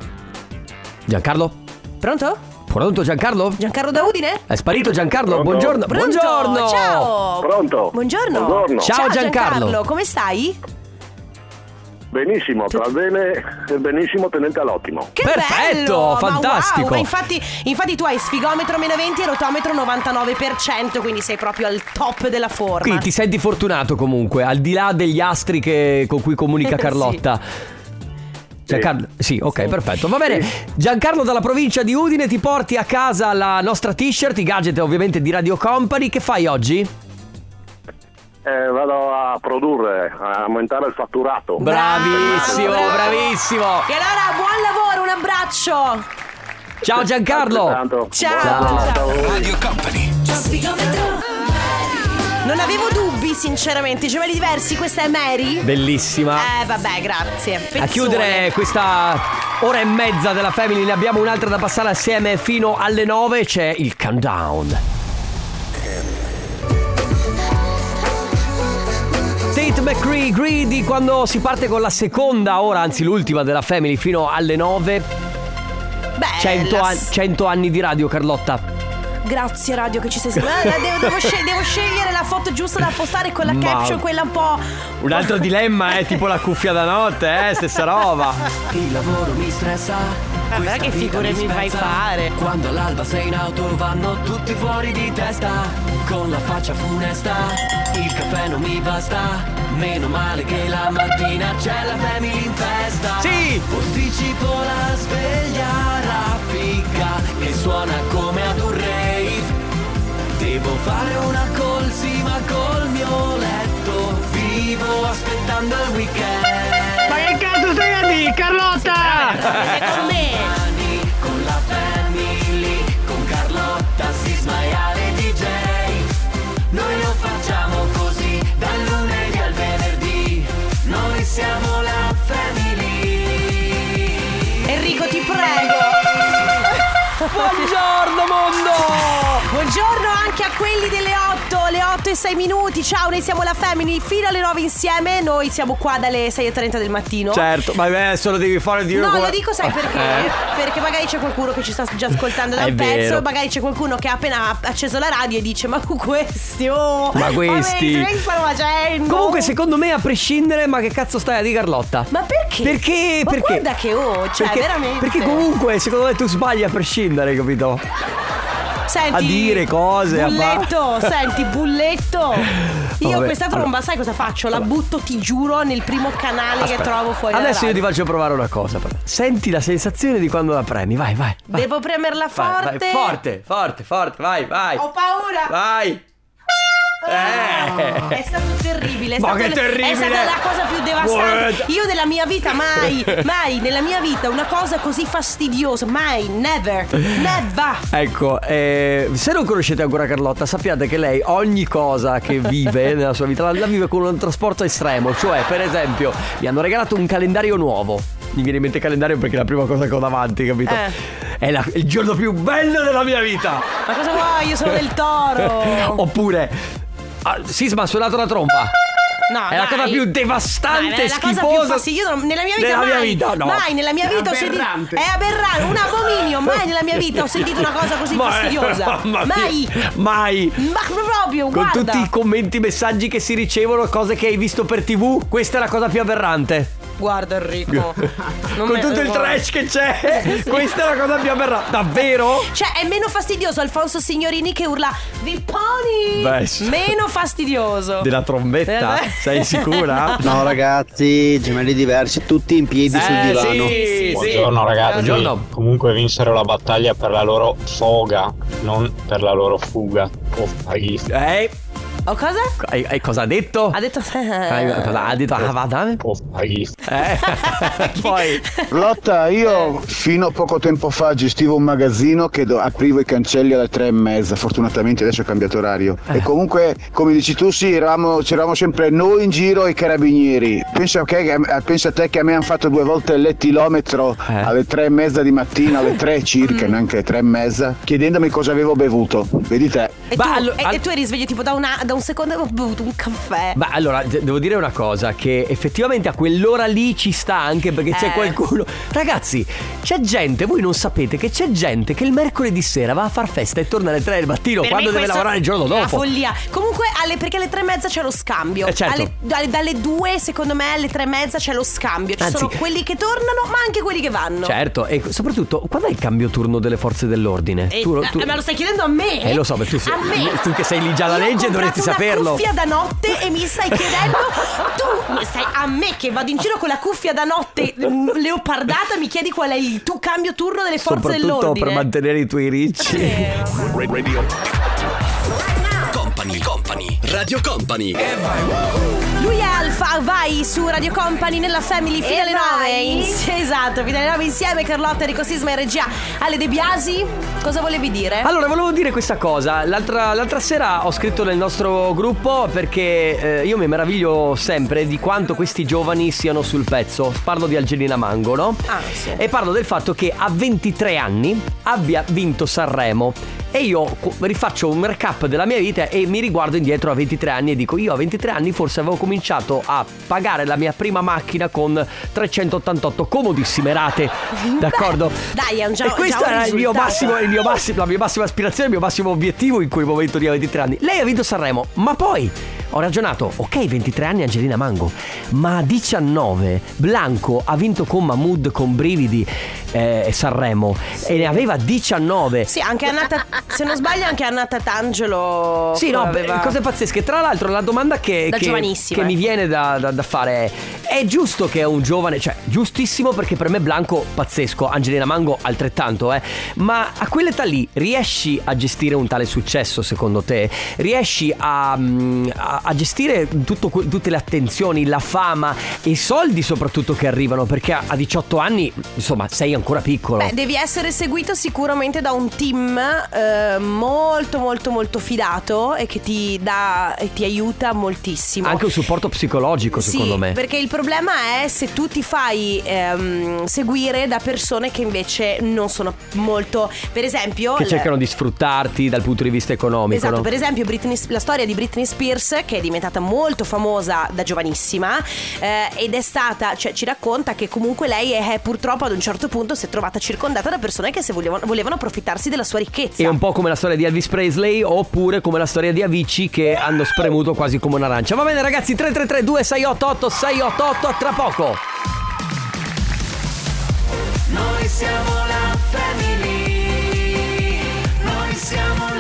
Giancarlo? Pronto? Pronto Giancarlo? Giancarlo da Udine? È sparito Giancarlo? Pronto? Buongiorno. Pronto? Buongiorno. Ciao. Pronto? Buongiorno. Buongiorno. Ciao, Giancarlo. come stai? Benissimo, tra bene e benissimo tenente all'ottimo. Che Perfetto, bello, ma fantastico. wow, ma infatti, infatti tu hai sfigometro meno 20 e rotometro 99%, quindi sei proprio al top della forma. Quindi ti senti fortunato comunque, al di là degli astri che- con cui Sì. comunica Carlotta. Giancarlo, sì, ok, perfetto. Va bene. Giancarlo dalla provincia di Udine ti porti a casa la nostra t-shirt, i gadget ovviamente di Radio Company. Che fai oggi? Eh, vado a produrre, a aumentare il fatturato. Bravissimo, bravissimo. E allora buon lavoro, un abbraccio. Ciao Giancarlo. Altrettanto. Ciao. Radio Company. Non avevo dubbi, sinceramente, gemelli diversi, questa è Mary. Bellissima. Eh, vabbè, grazie. A Pezzone. chiudere questa ora e mezza della Family ne abbiamo un'altra da passare assieme fino alle 9 c'è il countdown. Tate McCree, Greedy, quando si parte con la seconda ora, anzi l'ultima della Family fino alle 9. Beh, 100, Eh, la- an- 100 anni di radio Carlotta. Grazie radio che ci sei sempre. Eh, devo, devo scel- devo scegliere la foto giusta da postare con la Ma- caption, quella un po'. Un altro dilemma è tipo la cuffia da notte, eh, stessa roba. Il lavoro mi stressa. Guarda che figure mi fai fare. Quando all'alba sei in auto vanno tutti fuori di testa. Con la faccia funesta. Il caffè non mi basta. Meno male che la mattina c'è la family in festa. Sì! Posticipo la sveglia raffica che suona come ad un rave. Devo fare una colsima col mio letto. Vivo aspettando il weekend. Ma che cazzo stai a dire, Carlotta? Con me Con la family Con Carlotta Sisma e Ale DJ Noi lo facciamo così Dal lunedì al venerdì Noi siamo la family Enrico, ti prego. Buongiorno mondo! Buongiorno anche a quelli delle 8, le 8 e 6 minuti. Ciao, noi siamo la Family fino alle 9 insieme. Noi siamo qua dalle 6.30 del mattino. Certo, ma adesso lo devi fare di No, come- lo dico sai perché? Eh. Perché magari c'è qualcuno che ci sta già ascoltando da È un pezzo, vero. magari c'è qualcuno che ha appena acceso la radio e dice "Ma questi oh, Ma questi." ma che stanno facendo?" Comunque, secondo me, a prescindere, ma che cazzo stai a di Carlotta? ma perché? Perché? Ma perché? guarda che oh, cioè perché, veramente. Perché comunque, secondo me, tu sbagli a prescindere, capito? Senti, a dire cose, a fa- Bulletto, senti, bulletto. Io Vabbè, questa tromba, allora- sai cosa faccio? La butto, ti giuro, nel primo canale che Aspetta. trovo fuori. dalla Adesso io ti radio. faccio provare una cosa. però. Senti la sensazione di quando la premi, vai, vai. Devo premerla Vai, forte. Oh, vai, forte, forte, forte, vai, vai. Ho paura. Vai. Eh. È stato terribile. È Ma stato che terribile. È stata la cosa più devastante. Guarda. Io nella mia vita, mai, mai, nella mia vita, una cosa così fastidiosa. Mai, never, never. Ecco, eh, se non conoscete ancora Carlotta, sappiate che lei ogni cosa che vive nella sua vita la, la vive con un trasporto estremo. Cioè, per esempio, mi hanno regalato un calendario nuovo. Mi viene in mente calendario perché è la prima cosa che ho davanti, capito? Eh. È la- il giorno più bello della mia vita. Ma cosa vuoi? Io sono del toro. Oppure, ah, Sisma ha suonato la tromba. No, è la dai. cosa più Dai, devastante, è la cosa più schifosa. fastidiosa. Io non- nella mia vita Nella mai, mia vita, no. mai nella mia È vita ho sentito Eh, aberrante. è aberrante, un abominio, mai nella mia vita ho sentito una cosa così Ma- fastidiosa. mamma mia, Mai. Mai. Ma proprio, Con guarda. tutti i commenti, messaggi che si ricevono, cose che hai visto per tv, questa è la cosa più aberrante. Guarda Enrico. Non Con me- tutto il guarda. trash che c'è, questa è la cosa più aberrante. Davvero? Cioè, è meno fastidioso Alfonso Signorini che urla Vipponi! Beh, sì. Meno fastidioso. Della trombetta? Eh, Sei sicura? No ragazzi, gemelli diversi, tutti in piedi sul Eh, divano. sì, sì. Buongiorno ragazzi. Buongiorno. Comunque vinsero la battaglia per la loro foga, non per la loro fuga. Oh, fai- Eh, O Oh, cosa? hai- hai- cosa ha detto? Ha detto Hai- cosa ha detto? Ah, vada. Oh. Eh, poi. Lotta, io fino a poco tempo fa gestivo un magazzino che do- aprivo i cancelli alle tre e mezza, fortunatamente adesso ho cambiato orario. E comunque, come dici tu, sì, eravamo, c'eravamo sempre noi in giro e i carabinieri. Pensa, che- a- pensa a te che a me hanno fatto due volte l'ettilometro alle tre e mezza di mattina, alle tre circa, neanche alle tre e mezza, chiedendomi cosa avevo bevuto. Vedi te. E, tu, e- e tu eri sveglio tipo da, una- da un secondo e ho bevuto un caffè. Ma allora, de- devo dire una cosa, che effettivamente a quell'ora lì ci sta anche perché Eh. c'è qualcuno... Ragazzi, c'è gente, voi non sapete che c'è gente che il mercoledì sera va a far festa e torna alle 3 del mattino Per quando me deve questa lavorare il giorno è Una dopo. follia. Comunque, alle- perché alle tre e mezza c'è lo scambio. Eh, certo. Alle- dalle- dalle due, secondo me, alle tre e mezza c'è lo scambio. Ci Anzi- sono quelli che tornano, ma anche quelli che vanno. Certo, e soprattutto, quando è il cambio turno delle forze dell'ordine? E- Tu- tu- eh, ma lo stai chiedendo a me? Eh, lo so, ma tu, sei- a me. tu che sei lì già alla Io ho legge dovresti comprato saperlo. Una cuffia da notte e mi stai chiedendo. tu mi stai a me che vado in giro con la cuffia da notte mm, leopardata, mi chiedi qual è il tuo cambio turno delle forze Soprattutto dell'ordine. per mantenere i tuoi ricci. Company, company, Radio Company. E vai. Lui è Alfa, vai su Radio Company nella Family fino alle 9. Ins- Esatto, fino alle 9 insieme Carlotta, Enrico Sisma e regia. Ale De Biasi, cosa volevi dire? Allora, volevo dire questa cosa. L'altra, l'altra sera ho scritto nel nostro gruppo perché eh, io mi meraviglio sempre di quanto questi giovani siano sul pezzo. Parlo di Angelina Mango, no? Ah, sì. E parlo del fatto che a 23 anni abbia vinto Sanremo. e io cu- rifaccio un recap della mia vita e mi riguardo indietro a 23 anni e dico io a 23 anni forse avevo cominciato a pagare la mia prima macchina con 388 comodissime rate, d'accordo? Dai, è un già e questo già un era il mio, risultato. massimo, il mio massimo- la mia massima aspirazione, il mio massimo obiettivo in quel momento lì a 23 anni. Lei ha vinto Sanremo, ma poi ho ragionato, ok 23 anni Angelina Mango, ma a 19 Blanco ha vinto con Mahmood con Brividi eh, Sanremo e ne aveva 19. Sì, anche Anna Ta- se non sbaglio anche Anna Tatangelo Sì, no, aveva- beh, cose pazzesche. Tra l'altro, la domanda che, Da che- giovanissima, che mi eh. viene da, da- da fare è: è giusto che è un giovane, cioè, giustissimo perché per me Blanco pazzesco, Angelina Mango altrettanto, eh. Ma a quell'età lì riesci a gestire un tale successo, secondo te? Riesci a, mm, a- a gestire tutto que- tutte le attenzioni, la fama e i soldi soprattutto che arrivano? Perché a, a 18 anni, insomma, sei ancora piccolo. Beh, devi essere seguito sicuramente da un team eh, molto molto molto fidato e che ti dà e ti aiuta moltissimo. Anche un supporto psicologico, Ecco, secondo sì, me. perché il problema è se tu ti fai ehm, seguire da persone che invece non sono molto. Per esempio. Che l- cercano di sfruttarti dal punto di vista economico. Esatto, no? per esempio Britney- la storia di Britney Spears che è diventata molto famosa da giovanissima eh, ed è stata, cioè ci racconta che comunque lei è, purtroppo ad un certo punto si è trovata circondata da persone che se volevano, volevano approfittarsi della sua ricchezza. È un po' come la storia di Elvis Presley oppure come la storia di Avicii che hanno spremuto quasi come un'arancia. Va bene ragazzi, 333 2688 688 a tra poco. Noi siamo la family. Noi siamo la family.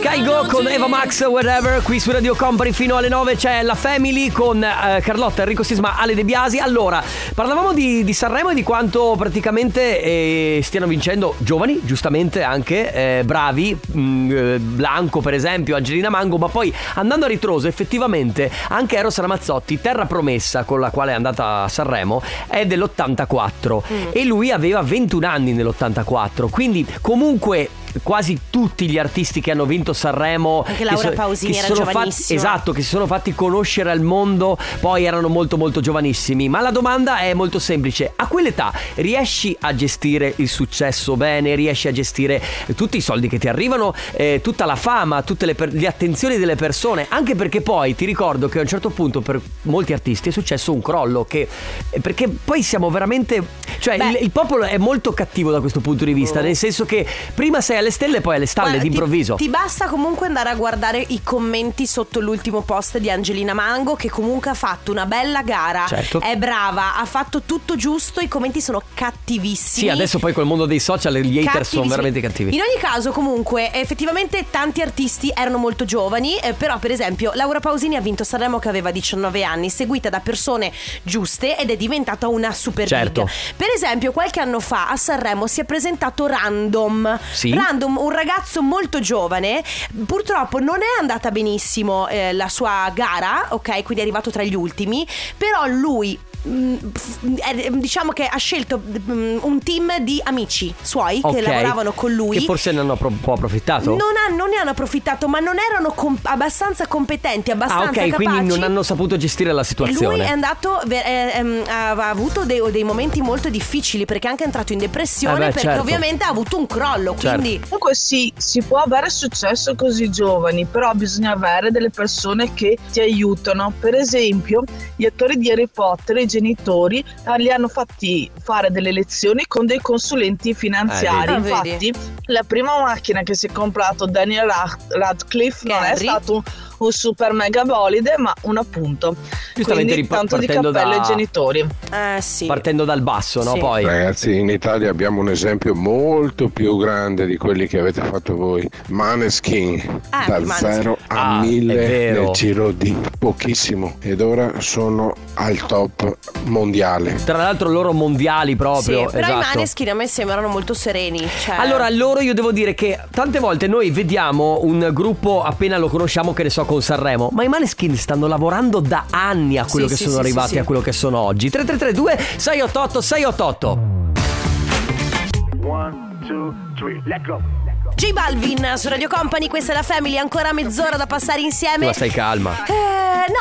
Caigo con Eva Max, whatever, qui su Radio Company fino alle 9 c'è la Family con eh, Carlotta, Enrico Sisma, Ale De Biasi. Allora, parlavamo di, di Sanremo e di quanto praticamente eh, stiano vincendo giovani, giustamente anche, eh, bravi, mh, eh, Blanco per esempio, Angelina Mango, ma poi andando a ritroso effettivamente anche Eros Ramazzotti, Terra Promessa con la quale è andata a Sanremo, è dell'84 e lui aveva 21 anni nell'84, quindi comunque quasi tutti gli artisti che hanno vinto Sanremo Anche Laura che Pausini che era si sono fatti, giovanissima. esatto che si sono fatti conoscere al mondo poi erano molto molto giovanissimi ma la domanda è molto semplice a quell'età riesci a gestire il successo bene riesci a gestire tutti i soldi che ti arrivano eh, tutta la fama tutte le, per- le attenzioni delle persone anche perché poi ti ricordo che a un certo punto per molti artisti è successo un crollo che eh, perché poi siamo veramente cioè Beh. Oh. il, il popolo è molto cattivo da questo punto di vista nel senso che prima sei alle stelle e poi alle stalle Guarda, ti- d'improvviso Ti, basta comunque andare a guardare i commenti sotto l'ultimo post di Angelina Mango, che comunque ha fatto una bella gara. Certo. È brava, ha fatto tutto giusto. I commenti sono cattivissimi. Sì, adesso poi col mondo dei social gli hater sono Cattivissimi. veramente cattivi. In ogni caso, comunque, effettivamente tanti artisti erano molto giovani, eh, però per esempio Laura Pausini ha vinto Sanremo che aveva 19 anni, seguita da persone giuste ed è diventata una super big. Certo. Per esempio, qualche anno fa a Sanremo si è presentato Random. Sì. Random, un ragazzo molto giovane, purtroppo non è andata benissimo eh, la sua gara, ok? Quindi è arrivato tra gli ultimi, però lui mm, f- è- diciamo che ha scelto mm, un team di amici suoi Ok. che lavoravano con lui. Che forse ne hanno appro- un po' approfittato. Non, ha- non ne hanno approfittato, ma non erano com- abbastanza competenti, ah, abbastanza ok, capaci. quindi non hanno saputo gestire la situazione. Lui è andato, ve- eh, ehm, ha ha avuto dei, dei momenti molto difficili perché è anche entrato in depressione Eh beh, perché certo. ovviamente ha avuto un crollo. Certo. Quindi Comunque sì, si può avere successo così giovani, però bisogna avere delle persone che ti aiutano. Per esempio, gli attori di Harry Potter, i genitori, eh, li hanno fatti fare delle lezioni con dei consulenti finanziari. Ah, vedi. Ah, vedi. Infatti, la prima macchina che si è comprato Daniel Rad- Radcliffe non è Henry. stato un, un super mega bolide, ma un appunto. Giustamente Quindi ripa- tanto di partendo cappello da- ai genitori. Eh sì. Partendo dal basso, no? Poi. Ragazzi, in Italia abbiamo un esempio molto più grande di quelli che avete fatto voi. Maneskin, Ah, da i Maneskin. 0 a Ah, è 1000 vero. nel giro di pochissimo. Ed ora sono al top mondiale. Tra l'altro loro mondiali proprio. Sì, però i esatto. maneskin a me sembrano molto sereni. Cioè... Allora, loro io devo dire che tante volte noi vediamo un gruppo appena lo conosciamo, che ne so, con Sanremo, ma i Maneskin stanno lavorando da anni a quello Sì, che sì, sono sì, arrivati, sì, sì. a quello che sono oggi. 3332 688 688. One, two, three, let go. J Balvin su Radio Company, questa è la Family, ancora mezz'ora da passare insieme. Ma stai calma. Eh,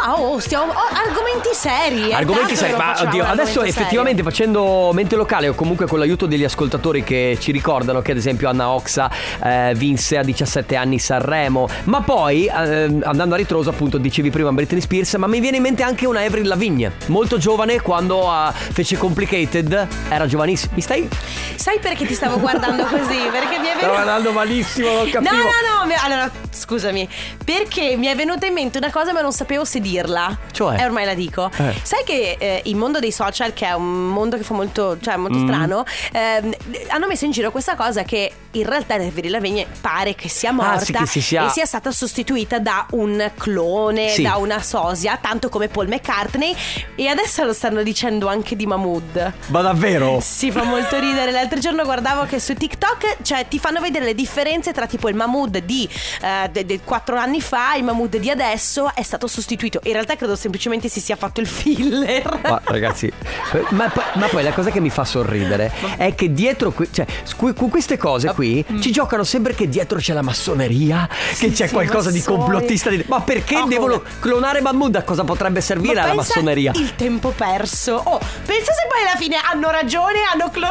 no, oh, stiamo. oh, argomenti seri. eh, Argomenti tanto che seri, lo ma facciamo, oddio, l'argomento adesso serio. effettivamente facendo mente locale o comunque con l'aiuto degli ascoltatori che ci ricordano che ad esempio Anna Oxa eh, vinse a 17 anni Sanremo, ma poi ehm, andando a ritroso appunto dicevi prima Britney Spears, ma mi viene in mente anche una Avril Lavigne, molto giovane quando ah, fece Complicated, era giovanissima, mi stai? Sai perché ti stavo guardando così? Perché mi è Stavo venuto. andando malissimo, non No, capivo. no, no, mi- allora scusami, perché mi è venuta in mente una cosa ma non sapevo se dirla. Cioè? E ormai la dico. Eh. Sai che eh, il mondo dei social, che è un mondo che fa molto, cioè, molto Mm. strano, ehm, hanno messo in giro questa cosa che in realtà Avril Lavigne pare che sia morta Ah, sì, che si sia- e sia stata sostituita da un clone, Sì. da una sosia, tanto come Paul McCartney. E adesso lo stanno dicendo anche di Mahmood. Ma davvero? Sì, fa molto ridere. L'altro giorno guardavo che su TikTok, cioè, ti fanno vedere le differenze tra tipo il Mahmood di eh, 4 anni fa e il Mahmood di adesso è stato sostituito. In realtà credo semplicemente si sia fatto il filler. Ma ragazzi, eh, ma, poi- ma poi la cosa che mi fa sorridere è che dietro, que- cioè, scu- con queste cose qui ci giocano sempre che dietro c'è la massoneria, che c'è Mm. sì, qualcosa di massoni. complottista. di- Ma perché Oh, devono come? clonare Mahmood? A cosa potrebbe servire Ma la pensa massoneria? Il tempo perso. Oh, pensa se poi alla fine hanno ragione, hanno clonato.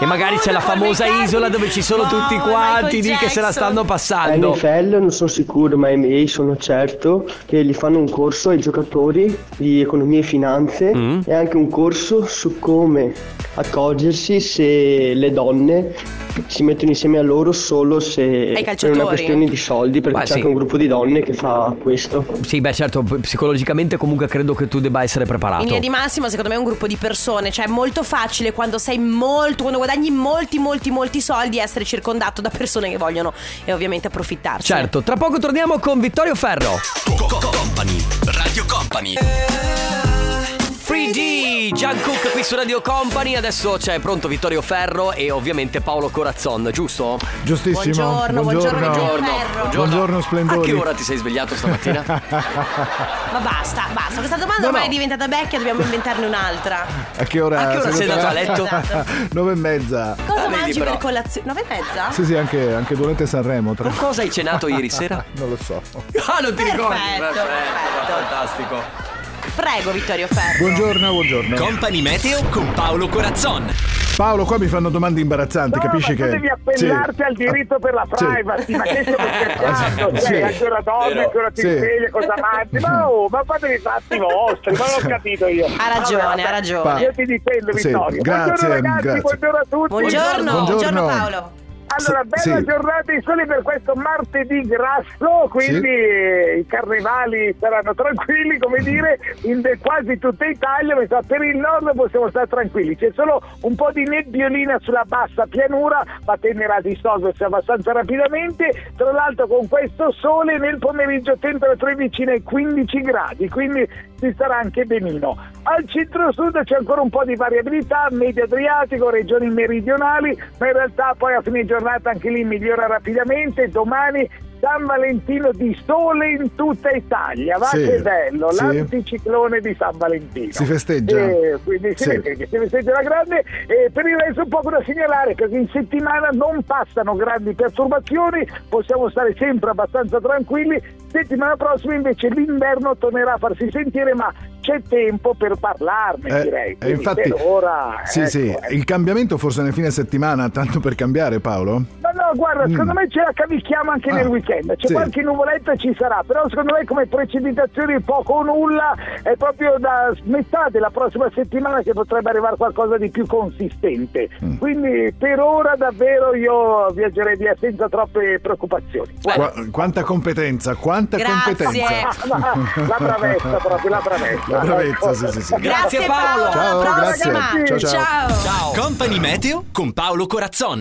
E magari c'è la famosa isola dove ci sono tutti quanti lì che se la stanno passando. NFL non sono sicuro, ma NBA sono certo che gli fanno un corso ai giocatori di economia e finanze e anche un corso su come accorgersi se le donne si mettono insieme a loro solo se per calciatori. una questione di soldi, perché Ma c'è sì. anche un gruppo di donne che fa questo. Sì, beh, certo, p- psicologicamente comunque credo che tu debba essere In preparato. linea di massima, secondo me è un gruppo di persone, cioè è molto facile quando sei molto, quando guadagni molti, molti, molti soldi, essere circondato da persone che vogliono e ovviamente approfittarci. Certo, tra poco torniamo con Vittorio Ferro. Company, Radio Company. 3D, Gian Cook qui su Radio Company, adesso c'è pronto Vittorio Ferro e ovviamente Paolo Corazzon, giusto? Giustissimo. Buongiorno, buongiorno, Vittorio Ferro. Buongiorno, splendori. A che ora ti sei svegliato stamattina? Ma basta, basta, questa domanda No, ormai no. è diventata vecchia, dobbiamo inventarne un'altra. A che ora, Esatto. A che ora sei andato a letto? Nove e mezza. Cosa Ah, vedi, mangi però. per colazione? Nove e mezza? Sì, sì, anche, anche durante Sanremo. Tra... Cosa hai cenato ieri sera? non lo so. Ah, non ti ricordi? Perfetto, fantastico. Prego Vittorio Ferro. Buongiorno, buongiorno. Company Meteo con Paolo Corazzon. Paolo, qua mi fanno domande imbarazzanti, capisci ma che... tu devi appellarti Sì. al diritto per la Sì. privacy, ma che stiamo scherzando? Sì. Cioè, a che ora dormi, a che ora ti Sì. svegli, cosa mangi? Ma, oh, ma fatevi i fatti vostri, ma l'ho capito io. Ha ragione, Vabbè, vabbè. ha ragione. Io ti difendo, Sì, Vittorio. grazie, buongiorno ragazzi, grazie. buongiorno a tutti. Buongiorno, buongiorno, Buongiorno. Paolo. Allora, Sì, bella sì. giornata di sole per questo martedì grasso, quindi eh, i carnevali saranno tranquilli, come dire, in de- quasi tutta Italia, ma sa- per il nord possiamo stare tranquilli, c'è solo un po' di nebbiolina sulla bassa pianura, ma tenderà a dissolversi abbastanza rapidamente, tra l'altro con questo sole nel pomeriggio temperature vicine ai 15 gradi, quindi si starà anche benino. Al centro-sud c'è ancora un po' di variabilità, medio adriatico, regioni meridionali, ma in realtà poi a fine giornata anche lì migliora rapidamente. Domani San Valentino di sole in tutta Italia, va Sì, che bello, sì. l'anticiclone di San Valentino. Si festeggia. Eh, quindi si Sì. vede che si festeggia la grande. E per il resto un poco da segnalare perché in settimana non passano grandi perturbazioni, possiamo stare sempre abbastanza tranquilli. Settimana prossima invece l'inverno tornerà a farsi sentire, ma c'è tempo per parlarne, Eh, direi. eh, Quindi infatti, per ora, sì, ecco, sì, ecco. il cambiamento forse nel fine settimana, tanto per cambiare Paolo? Mm. Ma no, guarda, secondo me ce la cavicchiamo anche Ah, nel weekend. C'è sì. qualche nuvoletta e ci sarà, però secondo me come precipitazioni poco o nulla eh, è proprio da metà della prossima settimana che potrebbe arrivare qualcosa di più consistente. Quindi per ora davvero io viaggerei via senza troppe preoccupazioni. Qua- quanta competenza, quanta Grazie. competenza. La bravezza proprio, la bravezza. La bravezza, sì, sì, sì. Grazie Paolo. Ciao, Alla grazie. Ciao, prossima. ciao. Company Meteo con Paolo Corazzon.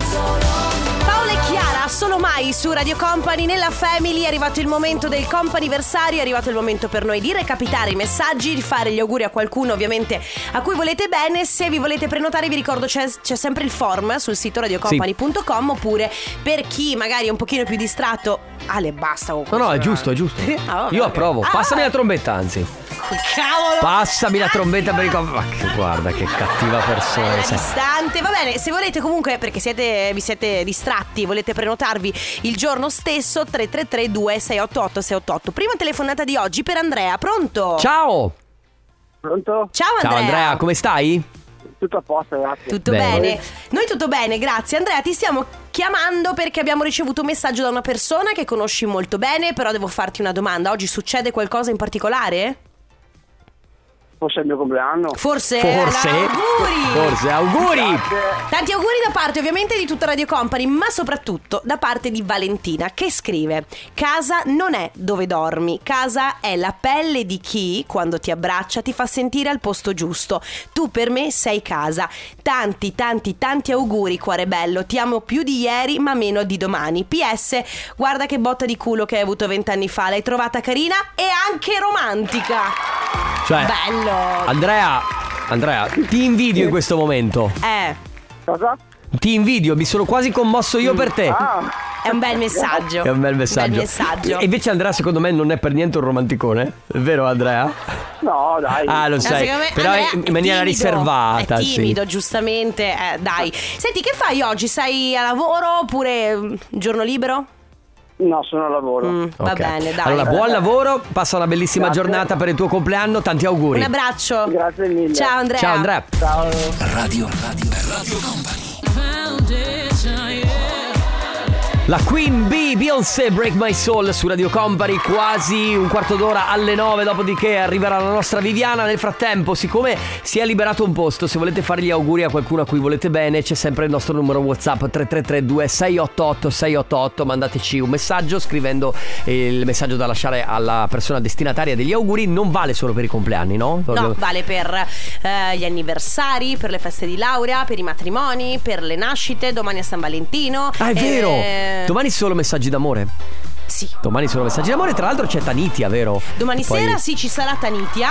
Paolo e Chiara, solo mai su Radio Company nella Family è arrivato il momento del companiversario, è arrivato il momento per noi di recapitare i messaggi, di fare gli auguri a qualcuno ovviamente a cui volete bene. Se vi volete prenotare vi ricordo c'è, c'è sempre il form sul sito radiocompany.com oppure per chi magari è un pochino più distratto, Ale basta con No, no, è questo. giusto, è giusto. Ah, vabbè, Io ok. approvo. Ah, Passami la trombetta, anzi. Cavolo! Passami la trombetta per il co- Ma che- Guarda che cattiva persona. Era sei. distante, va bene. Se volete, comunque, perché siete, vi siete distratti, volete prenotare prenotarvi il giorno stesso 333 2688 688. Prima telefonata di oggi per Andrea, pronto? Ciao! Pronto? Ciao Andrea. Ciao Andrea, come stai? Tutto a posto, grazie. Tutto Bene. bene. Noi tutto bene, grazie. Andrea, ti stiamo chiamando perché abbiamo ricevuto un messaggio da una persona che conosci molto bene, però devo farti una domanda. Oggi succede qualcosa in particolare? Forse è il mio compleanno. Forse? Forse. Allora, auguri! Forse, auguri! Tanti auguri da parte ovviamente di tutta Radio Company, ma soprattutto da parte di Valentina che scrive: Casa non è dove dormi, casa è la pelle di chi quando ti abbraccia ti fa sentire al posto giusto. Tu per me sei casa. Tanti, tanti, tanti auguri, cuore bello. Ti amo più di ieri, ma meno di domani. PS, guarda che botta di culo che hai avuto vent'anni fa. L'hai trovata carina e anche romantica. Cioè, Bello. Andrea, Andrea, ti invidio in questo momento. Eh. Cosa? Ti invidio, mi sono quasi commosso io per te. È un bel messaggio. È un bel messaggio. Ah. Eh, Bel messaggio. E invece Andrea secondo me non è per niente un romanticone, vero Andrea? No, dai. Ah, lo No, sai. secondo me Però Andrea in è maniera timido, riservata, È sì. timido, giustamente. eh, dai. Senti, che fai oggi? Sei a lavoro oppure mm, giorno libero? Mm, No, sono a lavoro. Va Ok. bene, dai. Allora, buon lavoro, passa una bellissima giornata per il tuo compleanno, tanti auguri. Un abbraccio. Grazie mille. Ciao Andrea. Ciao Andrea. Ciao. Radio, La Queen Bee, Beyoncé, Break My Soul su Radio Company, quasi un quarto d'ora alle 9, dopodiché arriverà la nostra Viviana. Nel frattempo, siccome si è liberato un posto, se volete fare gli auguri a qualcuno a cui volete bene, c'è sempre il nostro numero WhatsApp 3332 688 688, mandateci un messaggio scrivendo il messaggio da lasciare alla persona destinataria degli auguri, non vale solo per i compleanni, no? No, vale per eh, gli anniversari, per le feste di laurea, per i matrimoni, per le nascite, domani a San Valentino. Ah, è Eh, vero! Domani solo messaggi d'amore. Sì. Domani solo messaggi d'amore. Tra l'altro c'è Tanitia, vero? Domani Poi- sera sì ci sarà Tanitia,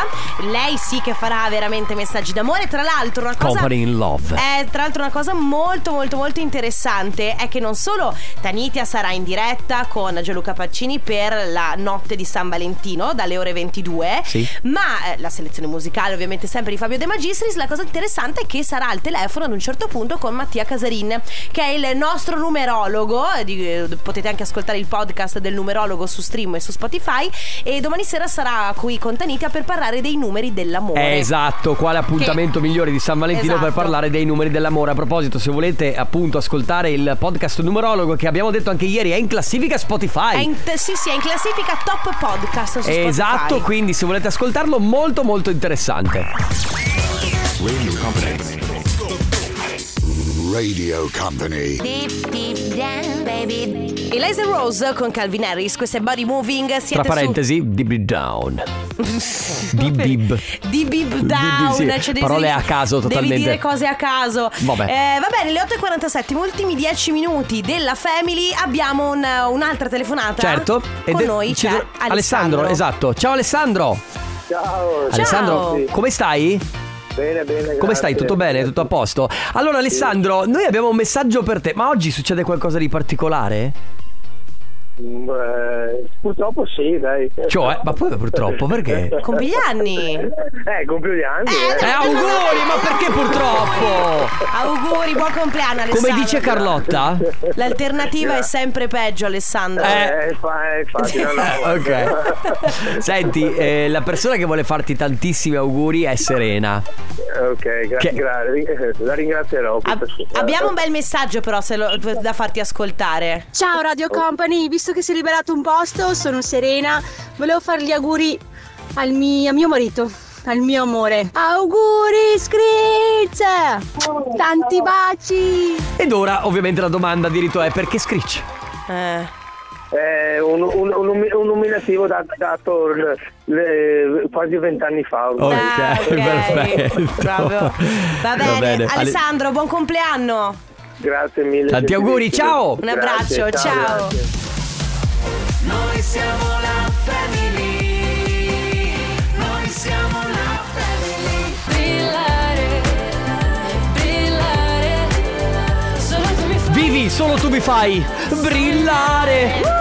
lei sì che farà veramente messaggi d'amore, tra l'altro una cosa... Company in love. Eh, tra l'altro una cosa molto molto molto interessante è che non solo Tanitia sarà in diretta con Gianluca Paccini per la notte di San Valentino dalle ore 22, Sì. ma eh, la selezione musicale ovviamente sempre di Fabio De Magistris, la cosa interessante è che sarà al telefono ad un certo punto con Mattia Casarin, che è il nostro numerologo, eh, di- eh, potete anche ascoltare il podcast del numerologo su stream e su Spotify e domani sera sarà qui con Tanitia per parlare dei numeri dell'amore. Esatto, quale appuntamento migliore di San Valentino per Esatto. parlare dei numeri dell'amore. A proposito, se volete appunto ascoltare il podcast numerologo che abbiamo detto anche ieri, è in classifica Spotify. È in, t- sì, sì, è in classifica top podcast su Spotify. Esatto, quindi se volete ascoltarlo, molto molto interessante. Radio Company. Radio Company. Eliza Rose con Calvin Harris, questo è Body Moving. Siete Tra parentesi, Dib Dib Down. Dib Dib. su di Bib Down. Sì, cioè devi parole dire- a caso totalmente. Devi dire cose a caso. Vabbè. Eh, va bene, le 8.47, ultimi 10 minuti della Family. Abbiamo un- un'altra telefonata. Certo. Con de- noi ci c'è tro- Alessandro. esatto. Ciao Alessandro. Ciao. Alessandro, come stai? Bene, bene. Come stai? Tutto bene? Tutto a posto? Allora Alessandro, noi abbiamo un messaggio per te, ma oggi succede qualcosa di particolare? bene? Mm, eh, purtroppo sì, dai. Cioè, ma poi purtroppo perché? Compi gli anni. Eh, compio gli anni. Eh, auguri, ma perché purtroppo? Auguri, buon compleanno Alessandro. Come dice Carlotta? L'alternativa è sempre peggio, Alessandro. Eh. fa- infatti, no, no. ok. Senti, eh, la persona che vuole farti tantissimi auguri è Serena. eh, Ok, gra- Che- gra- ri- la ringrazierò. questa sera. Abbiamo un bel messaggio però se lo- da farti ascoltare. Ciao Radio Company, visto che si è liberato un posto, sono Serena, volevo fare gli auguri al mi- a mio marito, al mio amore. Auguri Scritch! Tanti baci! Ed ora, ovviamente, la domanda di rito è perché Screech? Eh. È eh. un, un- un- un nominativo da- dato l- le- quasi vent'anni fa. Ok, perfetto. Bravo. Va bene, bene. Ale- Alessandro, buon compleanno. Grazie mille. Tanti auguri, ciao! Un abbraccio, Grazie, ciao, ciao. Noi siamo la family. Noi siamo la family. Brillare, brillare, solo tu mi fai Vivi, solo tu mi fai brillare. brillare.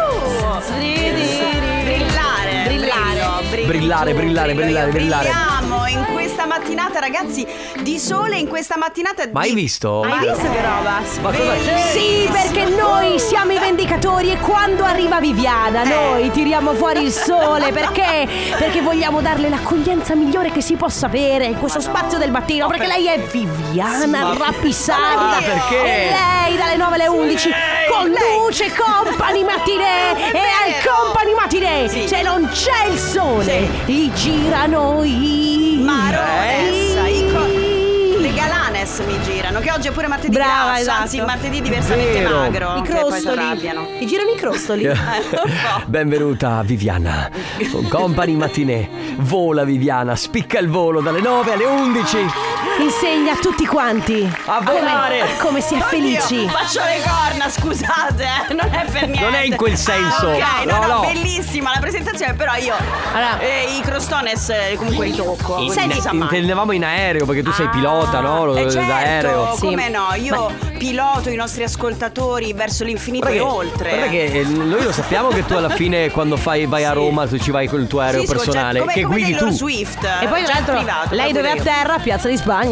Brillare, Brillare, brillare, brillare, brillare. Siamo in questa questa mattinata, ragazzi, di sole in questa mattinata. Ma hai di- visto? Hai visto che roba? Ma cosa- Bellissimo. Sì, perché noi siamo i vendicatori e quando arriva Eh. Viviana noi tiriamo fuori il sole perché? Perché vogliamo darle l'accoglienza migliore che si possa avere in questo spazio del mattino perché lei è Viviana Sì, ma- Rappisarda Ma Ah, perché? e lei dalle 9 alle 11 conduce Company Matinee e al Company Matinee se non c'è il sole i girano i Eh. Marolessa, i co- le galanes mi girano, che oggi è pure martedì Brava, grasso, esatto. anzi martedì diversamente Vero. magro. I che poi crostoli. s'arrabbiano. I girano i crostoli. Eh, Benvenuta Viviana, con Company Matinée. Vola Viviana, spicca il volo dalle 9 alle 11. Insegna a tutti quanti A volare. come, come si è Oddio, Eh, felici. Faccio le corna, scusate, eh, non è per niente. Non è in quel senso. Ah, ok, no, No, no, no. bellissima la presentazione, però io eh, i crostones eh, comunque li tocco. In- Sai, in- disa mai. intendevamo in aereo perché tu sei pilota, no? Ah, Eh, certo, D'aereo. come no? Io piloto i nostri ascoltatori verso l'infinito Guarda e che- oltre. guarda che, eh, noi lo sappiamo che tu alla fine quando fai, vai a Roma tu ci vai con il tuo aereo Sì, sì, ho già- personale come- che come guidi Taylor tu. Swift. E poi jet tra l'altro, privato, Eh, lei dove guido io. atterra? Piazza di Spagna.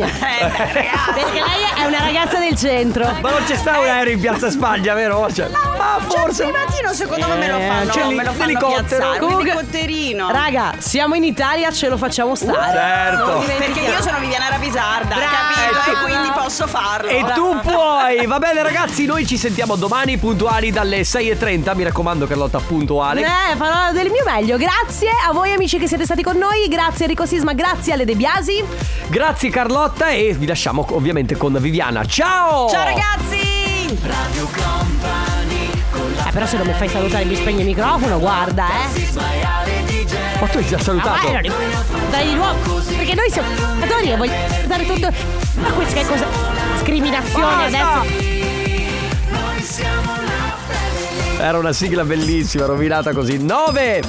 Perché lei è una ragazza del centro. Ma non c'è sta un aereo in piazza Spagna, vero? Cioè, certo, Ma forse un attimo secondo me me lo Eh, fanno, c'è me lo fanno l'elicottero. piazzare, Comunque- l'elicotterino. Raga, siamo in Italia, ce lo facciamo stare. Certo. Non dimentichiamo. Uh, Ecco. Perché io sono Viviana Rapisarda, capito? E quindi posso farlo. E tu puoi! Va bene ragazzi, noi ci sentiamo domani puntuali dalle 6.30. Mi raccomando Carlotta, puntuale. Eh, farò del mio meglio. Grazie a voi amici che siete stati con noi, grazie Enrico Sisma, grazie alle De Biasi. Grazie Carlotta e vi lasciamo ovviamente con Viviana. Ciao! Ciao, ragazzi! Eh, però se non mi fai salutare mi spegni il microfono, guarda, eh. Ma tu hai già salutato. Ah, vai, non- Dai di nuovo. Perché noi siamo e voglio dare tutto. Ma questa che cosa? Discriminazione Basta! adesso. Era una sigla bellissima, rovinata così. 9!